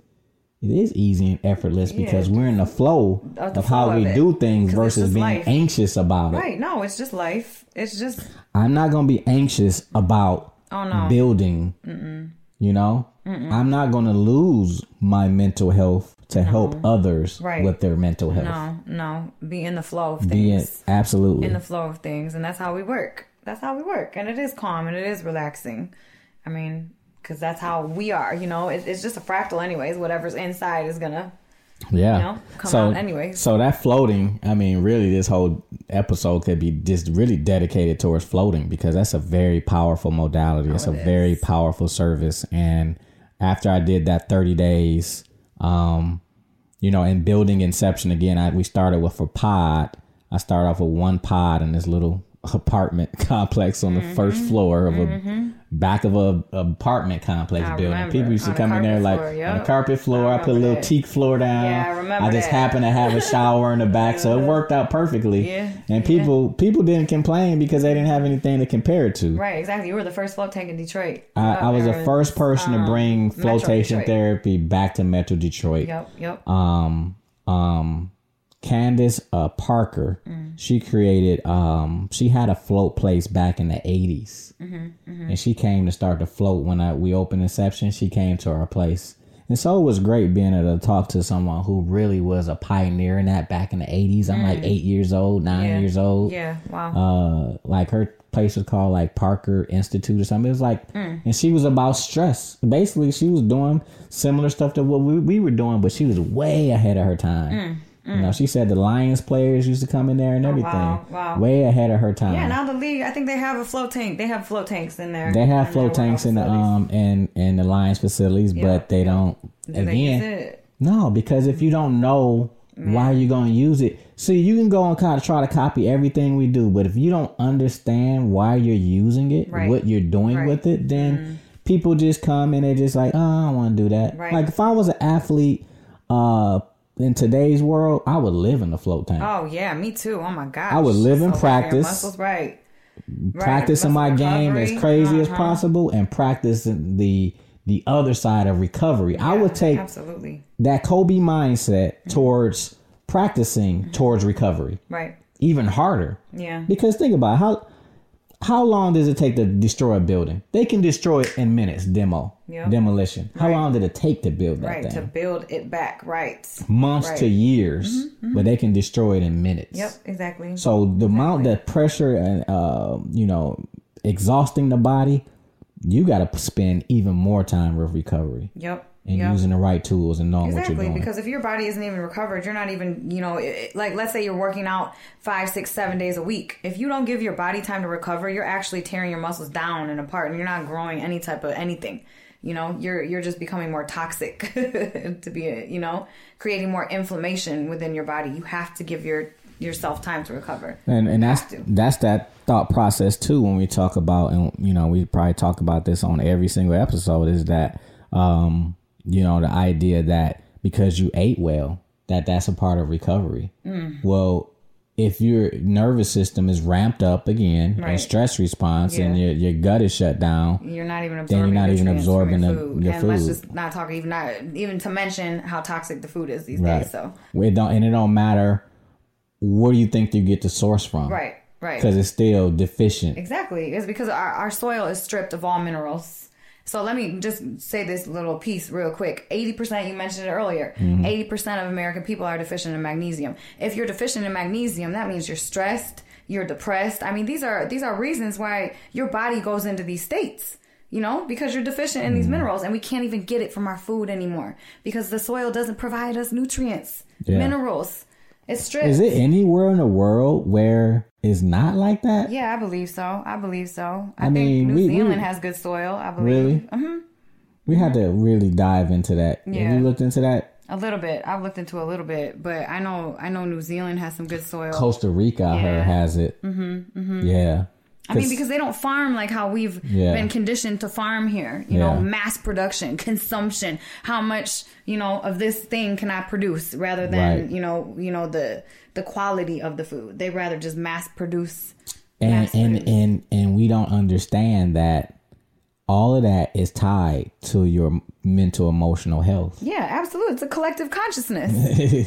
S5: It is easy and effortless because we're in the flow
S6: Of the
S5: of how
S6: flow
S5: we
S6: of it.
S5: do things
S6: 'Cause it's
S5: versus
S6: just
S5: being
S6: life.
S5: anxious about it.
S6: Right. No, it's just life. It's just
S5: I'm not gonna be anxious about
S6: Oh, no.
S5: building. You know, I'm not gonna lose my mental health to help others
S6: Right.
S5: with their mental health.
S6: no, no. Be in the flow of things.
S5: Be it absolutely
S6: in the flow of things and that's how we work that's how we work and it is calm and it is relaxing i mean because that's how we are you know it, it's just a fractal anyways whatever's inside is gonna
S5: yeah.
S6: you know, come
S5: so
S6: out anyways.
S5: so that floating, I mean, really, this whole episode could be just really dedicated towards floating because that's a very powerful modality.
S6: Oh,
S5: it's a very powerful service, and after I did that thirty days, um, you know, in building Inception again, I, we started with a pod. I started off with one pod in this little apartment complex on the
S6: Mm-hmm.
S5: first floor of a back of a, apartment complex building.
S6: remember.
S5: People used to
S6: On a
S5: come in there
S6: carpet
S5: like
S6: floor,
S5: on a
S6: yup.
S5: carpet floor. I, put a
S6: remember
S5: little
S6: that.
S5: teak floor down.
S6: Yeah, I remember
S5: just
S6: that.
S5: happened to have a shower in the back, so it worked out perfectly.
S6: Yeah,
S5: And people people didn't complain because they didn't have anything to compare it to.
S6: right exactly you were the first float tank in detroit
S5: I, I was the
S6: Or-
S5: first person to bring flotation
S6: um, Detroit.
S5: therapy back to Metro Detroit.
S6: yep yep
S5: Um, um, Candace uh, Parker, she created. Um, she had a float place back in the 80s and she came to start the float when I we opened Inception. She came to our place, and so it was great being able to talk to someone who really was a pioneer in that back in the 80s. I'm like eight years old, nine
S6: Mm. Yeah.
S5: years old
S6: yeah wow
S5: uh like her place was called like Parker Institute or something. It was like
S6: Mm.
S5: and she was about stress. Basically she was doing similar stuff to what we, we were doing, but she was way ahead of her time. You know, she said the Lions players used to come in there and everything.
S6: Mm, Oh, wow, wow.
S5: Way ahead of her time.
S6: yeah now the league i think they have a float tank they have float tanks in there
S5: they have float tanks in the um and and the Lions facilities, but they don't um, again no, because if you don't know why you're going to use it, see, you can go and kind of try to copy everything we do, but if you don't understand why you're using it,
S6: Right.
S5: what you're doing
S6: Right. Mm-hmm.
S5: with it, then people just come and they're just like, oh, I don't want to do that.
S6: Right.
S5: Like if I was an athlete uh, in today's world, I would live in the float tank.
S6: oh yeah me too oh my gosh
S5: I would live and
S6: So, your
S5: practice.
S6: muscles right Right,
S5: practicing my
S6: muscle
S5: game as
S6: recovery.
S5: crazy as
S6: Uh-huh.
S5: possible and practicing the the other side of recovery. I would take
S6: absolutely
S5: that Kobe mindset
S6: Mm-hmm.
S5: towards practicing towards recovery
S6: right
S5: even harder.
S6: yeah
S5: Because think about it, how how long does it take to destroy a building? They can destroy it in minutes. Demo,
S6: Yeah.
S5: demolition. How long did it take to build that
S6: right to
S5: thing?
S6: build it back right
S5: Months to
S6: right. Mm-hmm,
S5: years, but they can destroy it in minutes.
S6: yep exactly
S5: So the amount that pressure and uh, you know exhausting the body, you got to spend even more time with recovery
S6: yep
S5: and
S6: yep.
S5: using the right tools and knowing what
S6: Exactly,
S5: you're doing.
S6: because if your body isn't even recovered, you're not even, you know, it- like let's say you're working out five, six, seven days a week. If you don't give your body time to recover, you're actually tearing your muscles down and apart, and you're not growing any type of anything. You know, you're you're just becoming more toxic to be, you know, creating more inflammation within your body. You have to give your yourself time to recover.
S5: and and that's that's that thought process too when we talk about and you know we probably talk about this on every single episode is that um you know the idea that because you ate well that that's a part of recovery
S6: Mm.
S5: well if your nervous system is ramped up again
S6: Right.
S5: and stress response and your, your gut is shut down
S6: you're not even absorbing.
S5: not even
S6: nutrients from
S5: absorbing
S6: your
S5: the-
S6: food.
S5: your
S6: and let's
S5: food.
S6: just not talk even not even to mention how toxic the food is these
S5: right
S6: days. So
S5: it don't and it don't matter where you think you get the source from
S6: right, right.
S5: because it's still deficient
S6: Exactly. It's because our, our soil is stripped of all minerals. So let me just say this little piece real quick. 80%, you mentioned it earlier,
S5: Mm-hmm.
S6: 80% of American people are deficient in magnesium. If you're deficient in magnesium, that means you're stressed, you're depressed. I mean, these are these are reasons why your body goes into these states. You know, because you're deficient in these
S5: Mm-hmm.
S6: minerals and we can't even get it from our food anymore because the soil doesn't provide us nutrients,
S5: Yeah.
S6: minerals. It's stripped.
S5: Is it anywhere in the world where it's not like that?
S6: Yeah, I believe so. I believe so.
S5: I
S6: I,
S5: mean,
S6: think New
S5: we- we-
S6: Zealand has good soil. I believe.
S5: Really?
S6: hmm
S5: We had to really dive into that.
S6: Yeah.
S5: Have you looked into that?
S6: A little bit. I've looked into a little bit, but I know I know New Zealand has some good soil.
S5: Costa Rica, I heard, has it. Mm-hmm, Yeah.
S6: I mean, because they don't farm like how we've
S5: Yeah.
S6: been conditioned to farm here. You
S5: Yeah.
S6: know, mass production, consumption. How much you know of this thing can I produce, rather than
S5: Right.
S6: you know, you know the the quality of the food. They rather just mass produce.
S5: and
S6: Mass
S5: and
S6: produce.
S5: and and we don't understand that all of that is tied to your mental emotional health.
S6: Yeah, absolutely. It's a collective consciousness.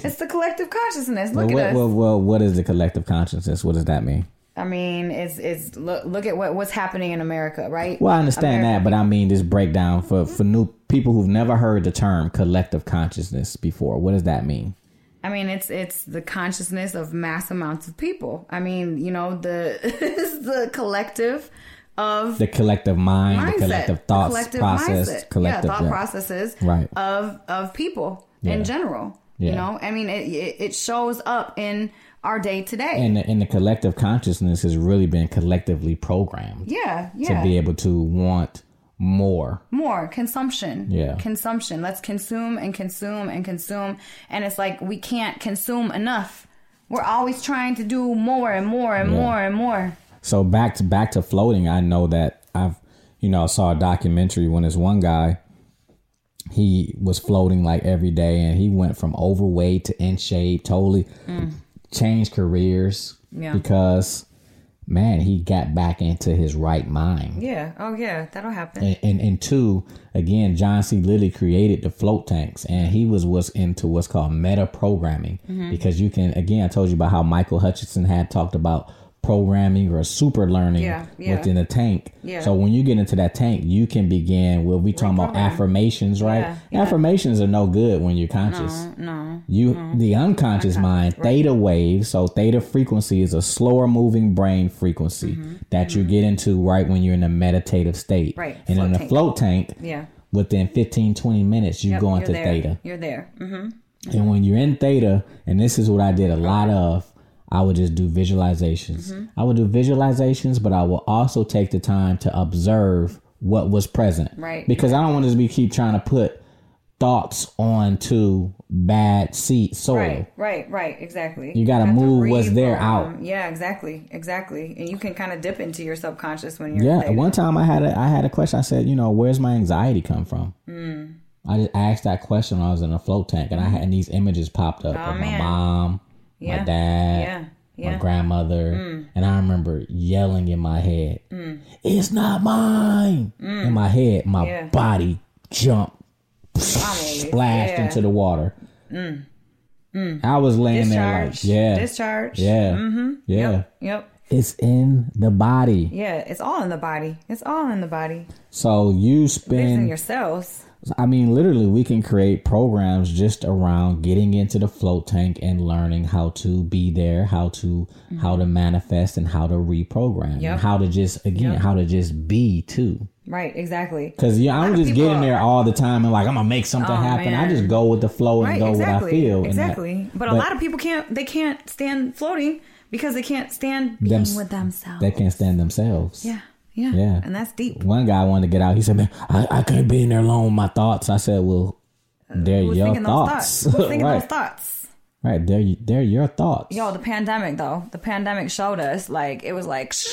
S6: it's the collective consciousness. Look
S5: well,
S6: at us.
S5: well, well, what is the collective consciousness? What does that mean?
S6: I mean, it's it's look look at what what's happening in America, right?
S5: Well, I understand that,
S6: America.
S5: but I mean this breakdown for for new people who've never heard the term collective consciousness before. What does that mean?
S6: I mean, it's it's the consciousness of mass amounts of people. I mean, you know, the it's the collective of
S5: The collective mind,
S6: mindset,
S5: the collective thoughts
S6: collective
S5: process,
S6: mindset.
S5: collective
S6: yeah, thought
S5: yeah.
S6: processes
S5: Right.
S6: of of people
S5: Yeah.
S6: in general.
S5: Yeah.
S6: You know, I mean, it, it it shows up in our day to day.
S5: And the, and the collective consciousness has really been collectively programmed
S6: Yeah,
S5: to
S6: yeah.
S5: be able to want more.
S6: more consumption
S5: Yeah.
S6: consumption let's consume and consume and consume and it's like we can't consume enough we're always trying to do more and more and more and more
S5: So back to back to floating, I know that I've you know, I saw a documentary when this one guy he was floating like every day and he went from overweight to in shape, totally changed careers
S6: Mm. Yeah.
S5: because man, he got back into his right mind.
S6: yeah oh yeah that'll happen
S5: And, and and two, again, John C. Lilly created the float tanks, and he was was into what's called meta programming
S6: Mm-hmm.
S5: because you can again, I told you about how Michael Hutchinson had talked about programming or super learning
S6: Yeah, yeah.
S5: within a tank.
S6: Yeah.
S5: So when you get into that tank, you can begin. Well, we talking about affirmations, right?
S6: Yeah, yeah.
S5: Affirmations are no good when you're conscious.
S6: no
S5: You,
S6: Mm-hmm.
S5: the unconscious mind, theta wave. So theta frequency is a slower moving brain frequency
S6: Mm-hmm.
S5: that you get into right when you're in a meditative state.
S6: Right,
S5: And
S6: float
S5: in a
S6: tank.
S5: float tank,
S6: yeah
S5: within 15, 20 minutes, you go
S6: you're
S5: into
S6: there.
S5: theta.
S6: you're there mm-hmm.
S5: And when you're in theta, and this is what I did a lot of, I would just do visualizations.
S6: Mm-hmm.
S5: I would do visualizations, but I will also take the time to observe what was present.
S6: Right.
S5: Because I don't want to be keep trying to put thoughts onto bad seed soil.
S6: right right right exactly
S5: Oh. You gotta
S6: have to
S5: move what's there
S6: reprogram.
S5: out.
S6: yeah exactly exactly and you can kind of dip into your subconscious when you're
S5: Yeah.
S6: in theta.
S5: One time I had a I had a question. I said, you know, where's my anxiety come from?
S6: Mm.
S5: I just asked that question when I was in a float tank, and I had and these images popped up of my
S6: Oh, man.
S5: mom, my
S6: Yeah.
S5: dad,
S6: yeah
S5: my
S6: yeah Mm.
S5: grandmother, and I remember yelling in my head, "It's not mine!" In my head, my
S6: Mm. Yeah.
S5: body jumped,
S6: Probably.
S5: splashed
S6: Yeah. Mm.
S5: into the water. I was laying
S6: discharge
S5: there like, yeah,
S6: discharge Mm-hmm.
S5: yeah, yeah.
S6: yep
S5: It's in the body.
S6: Yeah, it's all in the body. It's all in the body.
S5: So you
S6: It's in
S5: spend,
S6: your cells.
S5: I mean, literally, we can create programs just around getting into the float tank and learning how to be there, how to how to manifest, and how to reprogram, and
S6: Mm-hmm. Yep.
S5: how to just again, how to just be too.
S6: Right, exactly.
S5: Because yeah, I don't just get in there all the time and like I'm gonna make something happen. I
S6: Oh, man.
S5: just go with the flow and
S6: Right,
S5: go
S6: exactly.
S5: what I feel. and that-
S6: exactly. but a lot of people can't they can't stand floating because they can't stand being
S5: Thems-
S6: with themselves.
S5: they can't stand themselves.
S6: yeah. Yeah.
S5: Yeah.
S6: And that's deep.
S5: One guy wanted to get out. He said, "Man, I, I can't be in there alone with my thoughts." I said, "Well, they're
S6: Uh, Who's
S5: your
S6: thinking
S5: thoughts,
S6: those thoughts? Who's thinking
S5: right?
S6: those thoughts?
S5: Right? They're they're your thoughts.
S6: Yo, the pandemic though. The pandemic showed us like it was like shh,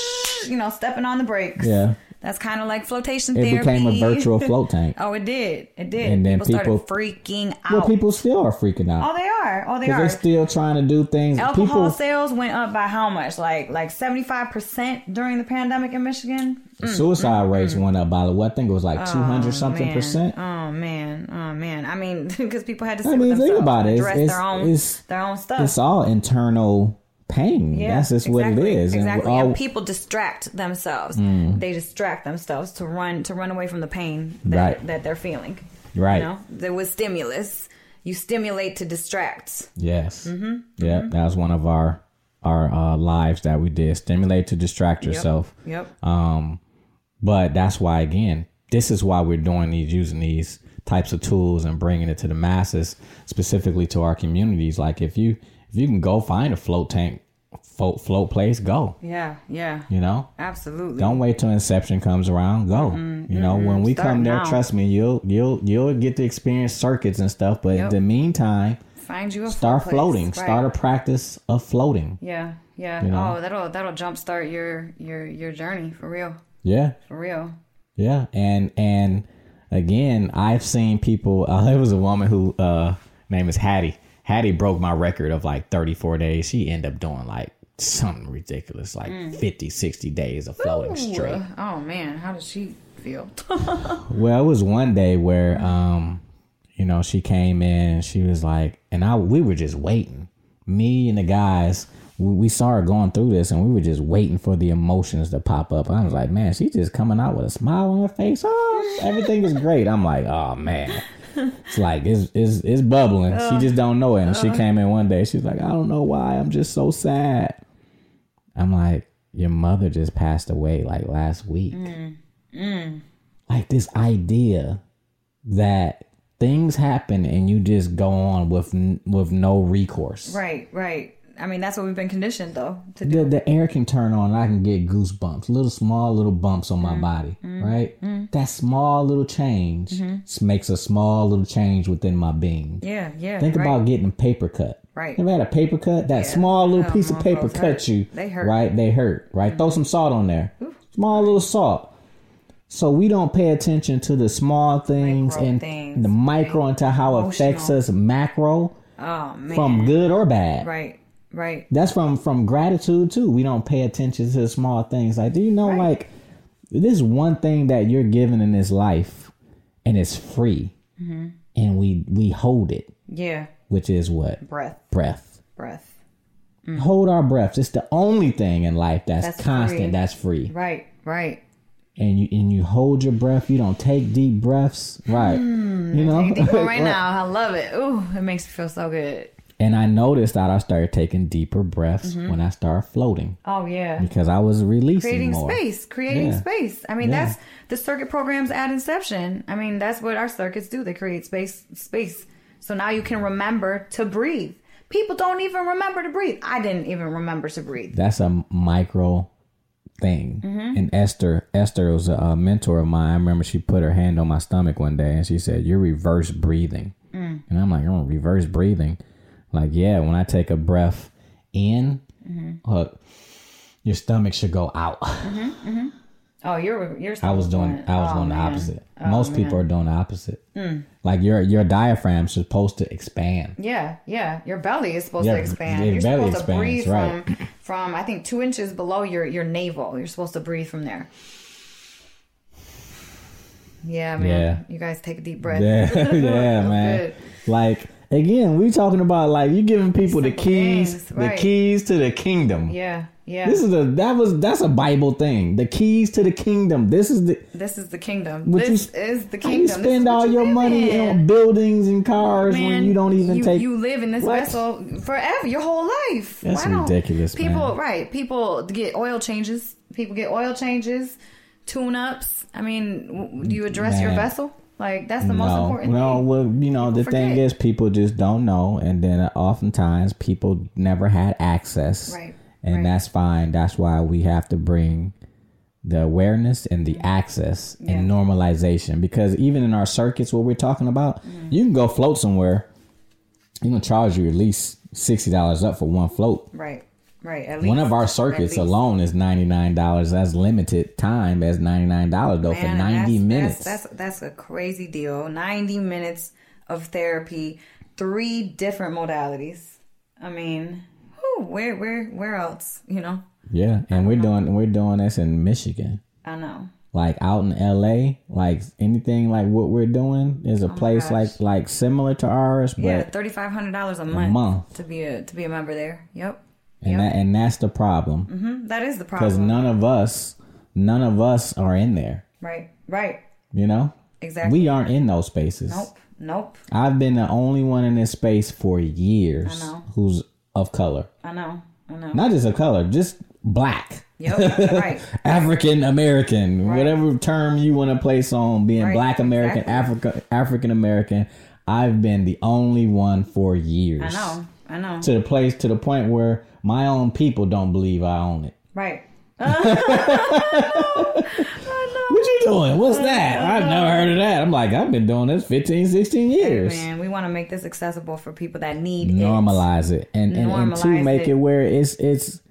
S6: you know, stepping on the brakes.
S5: yeah.
S6: That's kind of like flotation
S5: It
S6: therapy.
S5: became a virtual float tank.
S6: Oh, it did. It did.
S5: And then
S6: people,
S5: people-
S6: started freaking out.
S5: Well, people still are freaking
S6: oh,
S5: out
S6: they are. Oh, they
S5: because
S6: are.
S5: they're still trying to do things.
S6: alcohol
S5: people,
S6: sales went up by how much? Like like seventy five percent during the pandemic in Michigan.
S5: suicide rates went up by what? I think it was like two hundred something
S6: mm, Oh, Man.
S5: percent.
S6: Oh man, oh man. I mean, because people had to sit
S5: I mean,
S6: with
S5: think
S6: themselves
S5: about
S6: and
S5: it. It's-
S6: address
S5: it's-
S6: their own
S5: it's-
S6: their own stuff.
S5: It's all internal pain. That's just what
S6: exactly,
S5: it is.
S6: Exactly.
S5: And, we're all- Mm.
S6: And people distract themselves. They distract themselves to run to run away from the pain that,
S5: Right.
S6: that they're feeling.
S5: Right.
S6: You know, there was stimulus. You stimulate to distract.
S5: Yes. Mm-hmm. Yeah, that was one of our our uh, lives that we did. Stimulate to distract yourself.
S6: Yep.
S5: Uh, But that's why, again, this is why we're doing these, using these types of tools and bringing it to the masses, specifically to our communities. Like if you if you can go find a float tank float, float place, go.
S6: Yeah, yeah,
S5: You know,
S6: absolutely.
S5: don't wait till inception comes around. Go. You know, when we
S6: Mm-hmm. Start
S5: come there,
S6: now.
S5: trust me, you'll you'll you'll get to experience circuits and stuff. But in the meantime,
S6: Find you a
S5: start
S6: place,
S5: floating.
S6: right.
S5: Start a practice of floating.
S6: Yeah, yeah.
S5: know?
S6: Oh, that'll that'll jumpstart your your your journey for real,
S5: Yeah.
S6: for real.
S5: Yeah, and and again, I've seen people. Uh, there was a woman who uh, name is Hattie. Hattie broke my record of like 34 days. She ended up doing like something ridiculous, like 50, 60 days of floating straight.
S6: Oh man, how does she feel?
S5: Well, it was one day where, um, you know, she came in and she was like, and I we were just waiting. Me and the guys, we, we saw her going through this, and we were just waiting for the emotions to pop up. I was like, man, she's just coming out with a smile on her face. Oh, everything is great. I'm like, oh man. It's like it's it's, it's bubbling. She just don't know it. And she came in one day. She's like, I don't know why. I'm just so sad. I'm like, your mother just passed away like last week like this idea that things happen and you just go on with n- with no recourse.
S6: right, right. I mean, that's what we've been conditioned though to do.
S5: The the air can turn on and I can get goosebumps, little small little bumps on
S6: Mm.
S5: my body, right? That small little change s- makes a small little change within my being.
S6: Mm-hmm. Yeah, yeah.
S5: Think
S6: right.
S5: about getting a paper cut.
S6: Right.
S5: You ever had a paper cut? That small little
S6: Oh,
S5: piece of
S6: motherfuckers
S5: paper
S6: hurt.
S5: cut you.
S6: They hurt. Mm.
S5: Right? They hurt. Right? Throw some salt on there. Small little salt. So we don't pay attention to the small things
S6: Micro
S5: and
S6: things,
S5: the micro into how it affects us macro
S6: Oh man.
S5: from good or bad.
S6: Right, right.
S5: That's from from gratitude too. We don't pay attention to the small things. Like, do you know like this one thing that you're given in this life and it's free.
S6: Mm-hmm.
S5: And we we hold it,
S6: Yeah.
S5: which is what?
S6: Breath,
S5: breath.
S6: breath.
S5: Hold our breath. It's the only thing in life that's,
S6: Mm. That's
S5: constant,
S6: free.
S5: that's free.
S6: Right, right.
S5: And you and you hold your breath. You don't take deep breaths, right? you know.
S6: Hmm. Deep one right now. I love it. Ooh, it makes me feel so good.
S5: And I noticed that I started taking deeper breaths when I started floating
S6: Oh yeah.
S5: because I was releasing
S6: Mm-hmm. creating
S5: more.
S6: space creating
S5: Yeah.
S6: space i mean
S5: Yeah.
S6: that's the circuit programs at inception i mean that's what our circuits do they create space space so now you can remember to breathe people don't even remember to breathe i didn't even remember to breathe
S5: That's a micro thing. And Esther, Esther was a, a mentor of mine. I remember she put her hand on my stomach one day and she said, "You're reverse breathing." And I'm like, "Oh, reverse breathing." Like, yeah, when I take a breath in, uh, your stomach should go out.
S6: oh you're you're
S5: I was doing I was
S6: Oh,
S5: doing the opposite. Most people are doing the opposite. Like your your diaphragm's supposed to expand.
S6: yeah yeah your belly is supposed
S5: Yeah,
S6: to expand
S5: your
S6: you're
S5: belly
S6: supposed to breathe
S5: expands, right.
S6: from from i think two inches below your your navel you're supposed to breathe from there yeah man you guys take a deep breath
S5: Yeah, yeah, man.
S6: good.
S5: Like again, we talking about like you giving people the keys,
S6: things,
S5: the
S6: right.
S5: keys to the kingdom.
S6: yeah yeah
S5: This is a that was that's a Bible thing. The keys to the kingdom. This is the
S6: This is the kingdom.
S5: Would you
S6: this
S5: sp-
S6: is the
S5: how
S6: kingdom.
S5: you
S6: This is
S5: spend
S6: what
S5: all
S6: you
S5: your
S6: live
S5: money
S6: in.
S5: on buildings and cars when you don't even
S6: you,
S5: take
S6: You live in this
S5: What?
S6: vessel forever, your whole life.
S5: That's
S6: Why don't-
S5: ridiculous, man.
S6: People, right? People get oil changes. People get oil changes, tune ups. I mean, w- do you address your
S5: Man.
S6: vessel? Like that's the most
S5: no,
S6: important
S5: no.
S6: thing.
S5: Well, you know, the thing
S6: forget.
S5: is, people just don't know, and then oftentimes people never had access,
S6: Right,
S5: And
S6: right.
S5: that's fine. That's why we have to bring the awareness and the access and normalization, because even in our circuits, what we're talking about,
S6: Mm-hmm.
S5: you can go float somewhere. You can charge you at least sixty dollars up for one float.
S6: Right, right. At least
S5: One of our
S6: At
S5: circuits
S6: least.
S5: alone is ninety nine dollars. That's limited time. That's ninety nine dollars though for
S6: Man,
S5: ninety
S6: that's-
S5: minutes.
S6: That's, that's that's a crazy deal. Ninety minutes of therapy, three different modalities. I mean, whew, where where where else? You know,
S5: yeah, and we're doing we're doing this in Michigan.
S6: I know.
S5: like out in LA, like anything like what we're doing is a place like like similar to ours, but
S6: Oh yeah, thirty five hundred dollars a month,
S5: month.
S6: to be a to be a member there. Yep, Mm-hmm.
S5: and that and that's the problem
S6: that is the
S5: because
S6: problem.
S5: none of us, none of us are in there.
S6: right, right,
S5: You know,
S6: exactly.
S5: we aren't in those spaces.
S6: nope, nope.
S5: I've been the only one in this space for years
S6: know.
S5: who's of color,
S6: I know, I know.
S5: not just of color, just black.
S6: Yep, right.
S5: African American, whatever term you want to place on being
S6: Right,
S5: black American,
S6: exactly.
S5: Africa African American, I've been the only one for years.
S6: I know, I know.
S5: To the place to the point where My own people don't believe I own it.
S6: Right.
S5: What you doing? What's that? I've never heard of that. I'm like, I've been doing this 15, 16 years.
S6: Man, we want to make this accessible for people that need it.
S5: normalize it and and, and to
S6: Normalize
S5: make
S6: it.
S5: it. where it's it's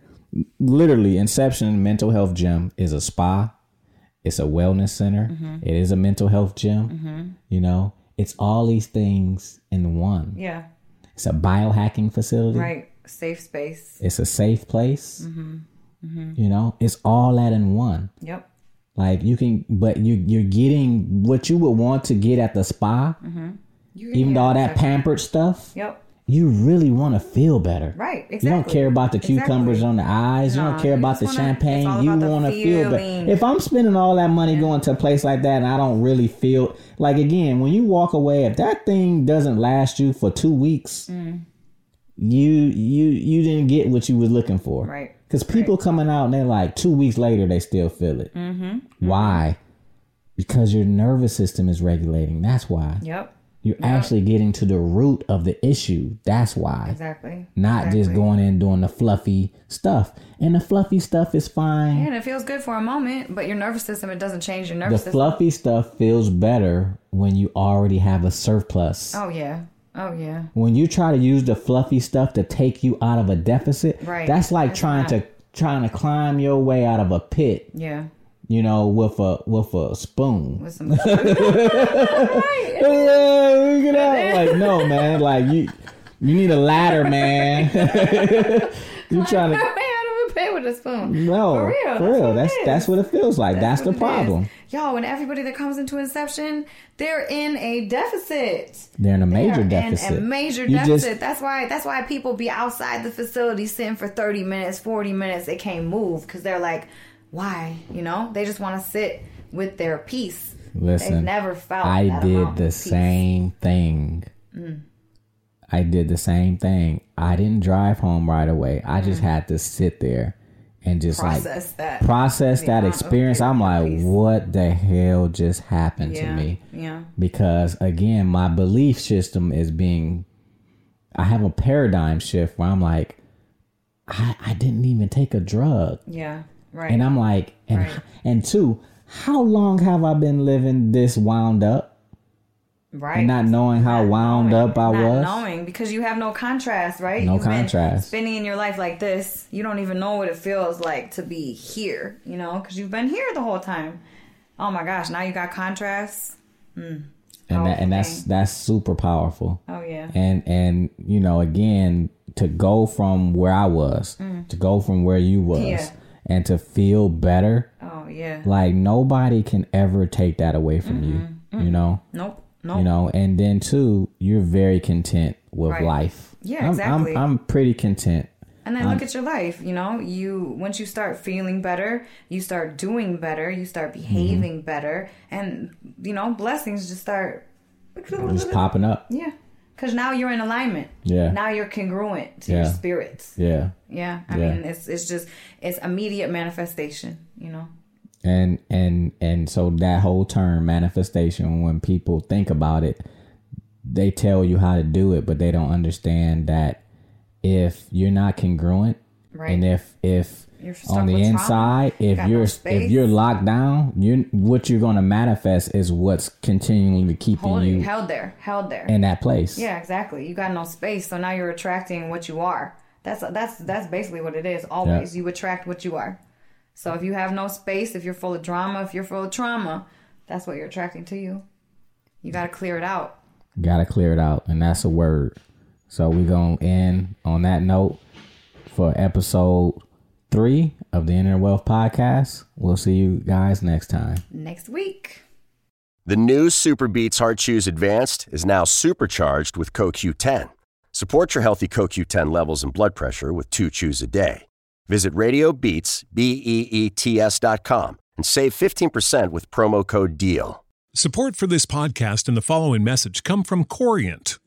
S5: literally inception mental health gym is a spa it's a wellness center
S6: Mm-hmm.
S5: It is a mental health gym you know it's all these things in one
S6: Yeah.
S5: it's a biohacking facility
S6: Right. Mm-hmm. Safe space.
S5: it's a safe place you know it's all that in one
S6: Yep.
S5: like you can but you you're getting what you would want to get at the spa
S6: Mm-hmm.
S5: even though all that pampered stuff
S6: Yep.
S5: you really want to feel better.
S6: Right,
S5: You don't
S6: exactly.
S5: care about the cucumbers
S6: Exactly.
S5: on the eyes. you don't
S6: No,
S5: care
S6: you
S5: about the
S6: just wanna- it's
S5: champagne.
S6: all
S5: You
S6: about the
S5: want to feel
S6: feeling.
S5: better. If I'm spending all that money going to a place like that and I don't really feel like again, when you walk away, if that thing doesn't last you for two weeks,
S6: Mm.
S5: you you you didn't get what you was looking for.
S6: Right.
S5: Because people coming out and they're like two weeks later they still feel it. Mm-hmm. Why? Because your nervous system is regulating. That's why.
S6: Yep.
S5: You're actually getting to the root of the issue. That's why.
S6: Exactly.
S5: Not just going in doing the fluffy stuff. And the fluffy stuff is fine.
S6: And it feels good for a moment, but your nervous system, it doesn't change your
S5: the
S6: nervous system.
S5: fluffy stuff feels better when you already have a surplus.
S6: Oh, yeah. Oh, yeah.
S5: When you try to use the fluffy stuff to take you out of a deficit,
S6: Right.
S5: that's like trying
S6: not-
S5: to trying to climb your way out of a pit,
S6: Yeah.
S5: you know, with a with a spoon.
S6: With some.
S5: yeah, get out. Like, no, man. Like you you need a ladder, man. you trying to
S6: I don't pay with a spoon.
S5: No,
S6: For real.
S5: For real. That's
S6: That's what it
S5: that's
S6: is.
S5: what it feels like. That's,
S6: what
S5: the
S6: it is.
S5: problem.
S6: Y'all, when everybody that comes into Inception, they're in a deficit.
S5: They're in a major
S6: They're
S5: deficit.
S6: In a major
S5: You
S6: deficit.
S5: just-
S6: that's why. That's why people be outside the facility sitting for thirty minutes, forty minutes. They can't move because they're like, why? You know, they just want to sit with their peace.
S5: listen,
S6: They've never felt.
S5: I
S6: that amount
S5: did
S6: of
S5: the
S6: peace. Mm.
S5: same thing. I did the same thing. I didn't drive home right away. I just had to sit there and just
S6: Mm. process
S5: like
S6: that.
S5: process that
S6: amount of
S5: experience. I'm like,
S6: peace.
S5: what the hell just happened
S6: yeah.
S5: to me?
S6: Yeah.
S5: because again my belief system is being i have a paradigm shift where i'm like i, I didn't even take a drug
S6: Yeah. Right.
S5: and i'm like and and two how long have i been living this wound up
S6: right.
S5: and not knowing how wound up i
S6: not
S5: was
S6: knowing because you have no contrast, right?
S5: No
S6: You've been
S5: contrast.
S6: spending your life like this, you don't even know what it feels like to be here, you know, because you've been here the whole time. Oh my gosh, now you got contrast.
S5: and that, and that's
S6: Okay.
S5: that's super powerful
S6: Oh yeah,
S5: and and you know again to go from where i was to go from where you was
S6: Mm. Yeah.
S5: and to feel better
S6: oh yeah.
S5: like nobody can ever take that away from you you know
S6: Nope, Mm-hmm. Mm. nope.
S5: you know and then too you're very content with
S6: Right.
S5: life
S6: Yeah,
S5: I'm,
S6: exactly.
S5: I'm, I'm pretty content
S6: And then look at your life, you know, you once you start feeling better, you start doing better, you start
S5: Mm-hmm.
S6: behaving better, and you know, blessings just start
S5: just popping up
S6: yeah. Cause now you're in alignment.
S5: Yeah.
S6: Now you're congruent to
S5: Yeah.
S6: your spirits.
S5: yeah
S6: Yeah, I
S5: Yeah.
S6: mean, it's it's just it's immediate manifestation, you know.
S5: and and and so that whole term manifestation when people think about it they tell you how to do it but they don't understand that if you're not congruent
S6: Right.
S5: and if if
S6: You're stuck
S5: on the
S6: with trauma.
S5: inside if
S6: Got no
S5: you're if
S6: space.
S5: you're locked down you what you're going to manifest is what's continually keeping
S6: Holding,
S5: you
S6: held there, held there.
S5: in that place
S6: yeah, exactly. You got no space, so now you're attracting what you are. That's that's that's basically what it is. Always, you attract what you are. So if you have no space, if you're full of drama, if you're full of trauma, that's what you're attracting to you. You got to clear it out.
S5: gotta clear it out and that's a word so we're gonna end on that note for episode three of the inner wealth podcast we'll see you guys next time
S6: Next week.
S9: The new Superbeats Heart Chews Advanced is now supercharged with CoQ10. Support your healthy CoQ10 levels and blood pressure with two chews a day. Visit RadioBeats, E B-E-E-T-S dot com and save 15% with promo code DEAL.
S10: Support for this podcast and the following message come from Corient.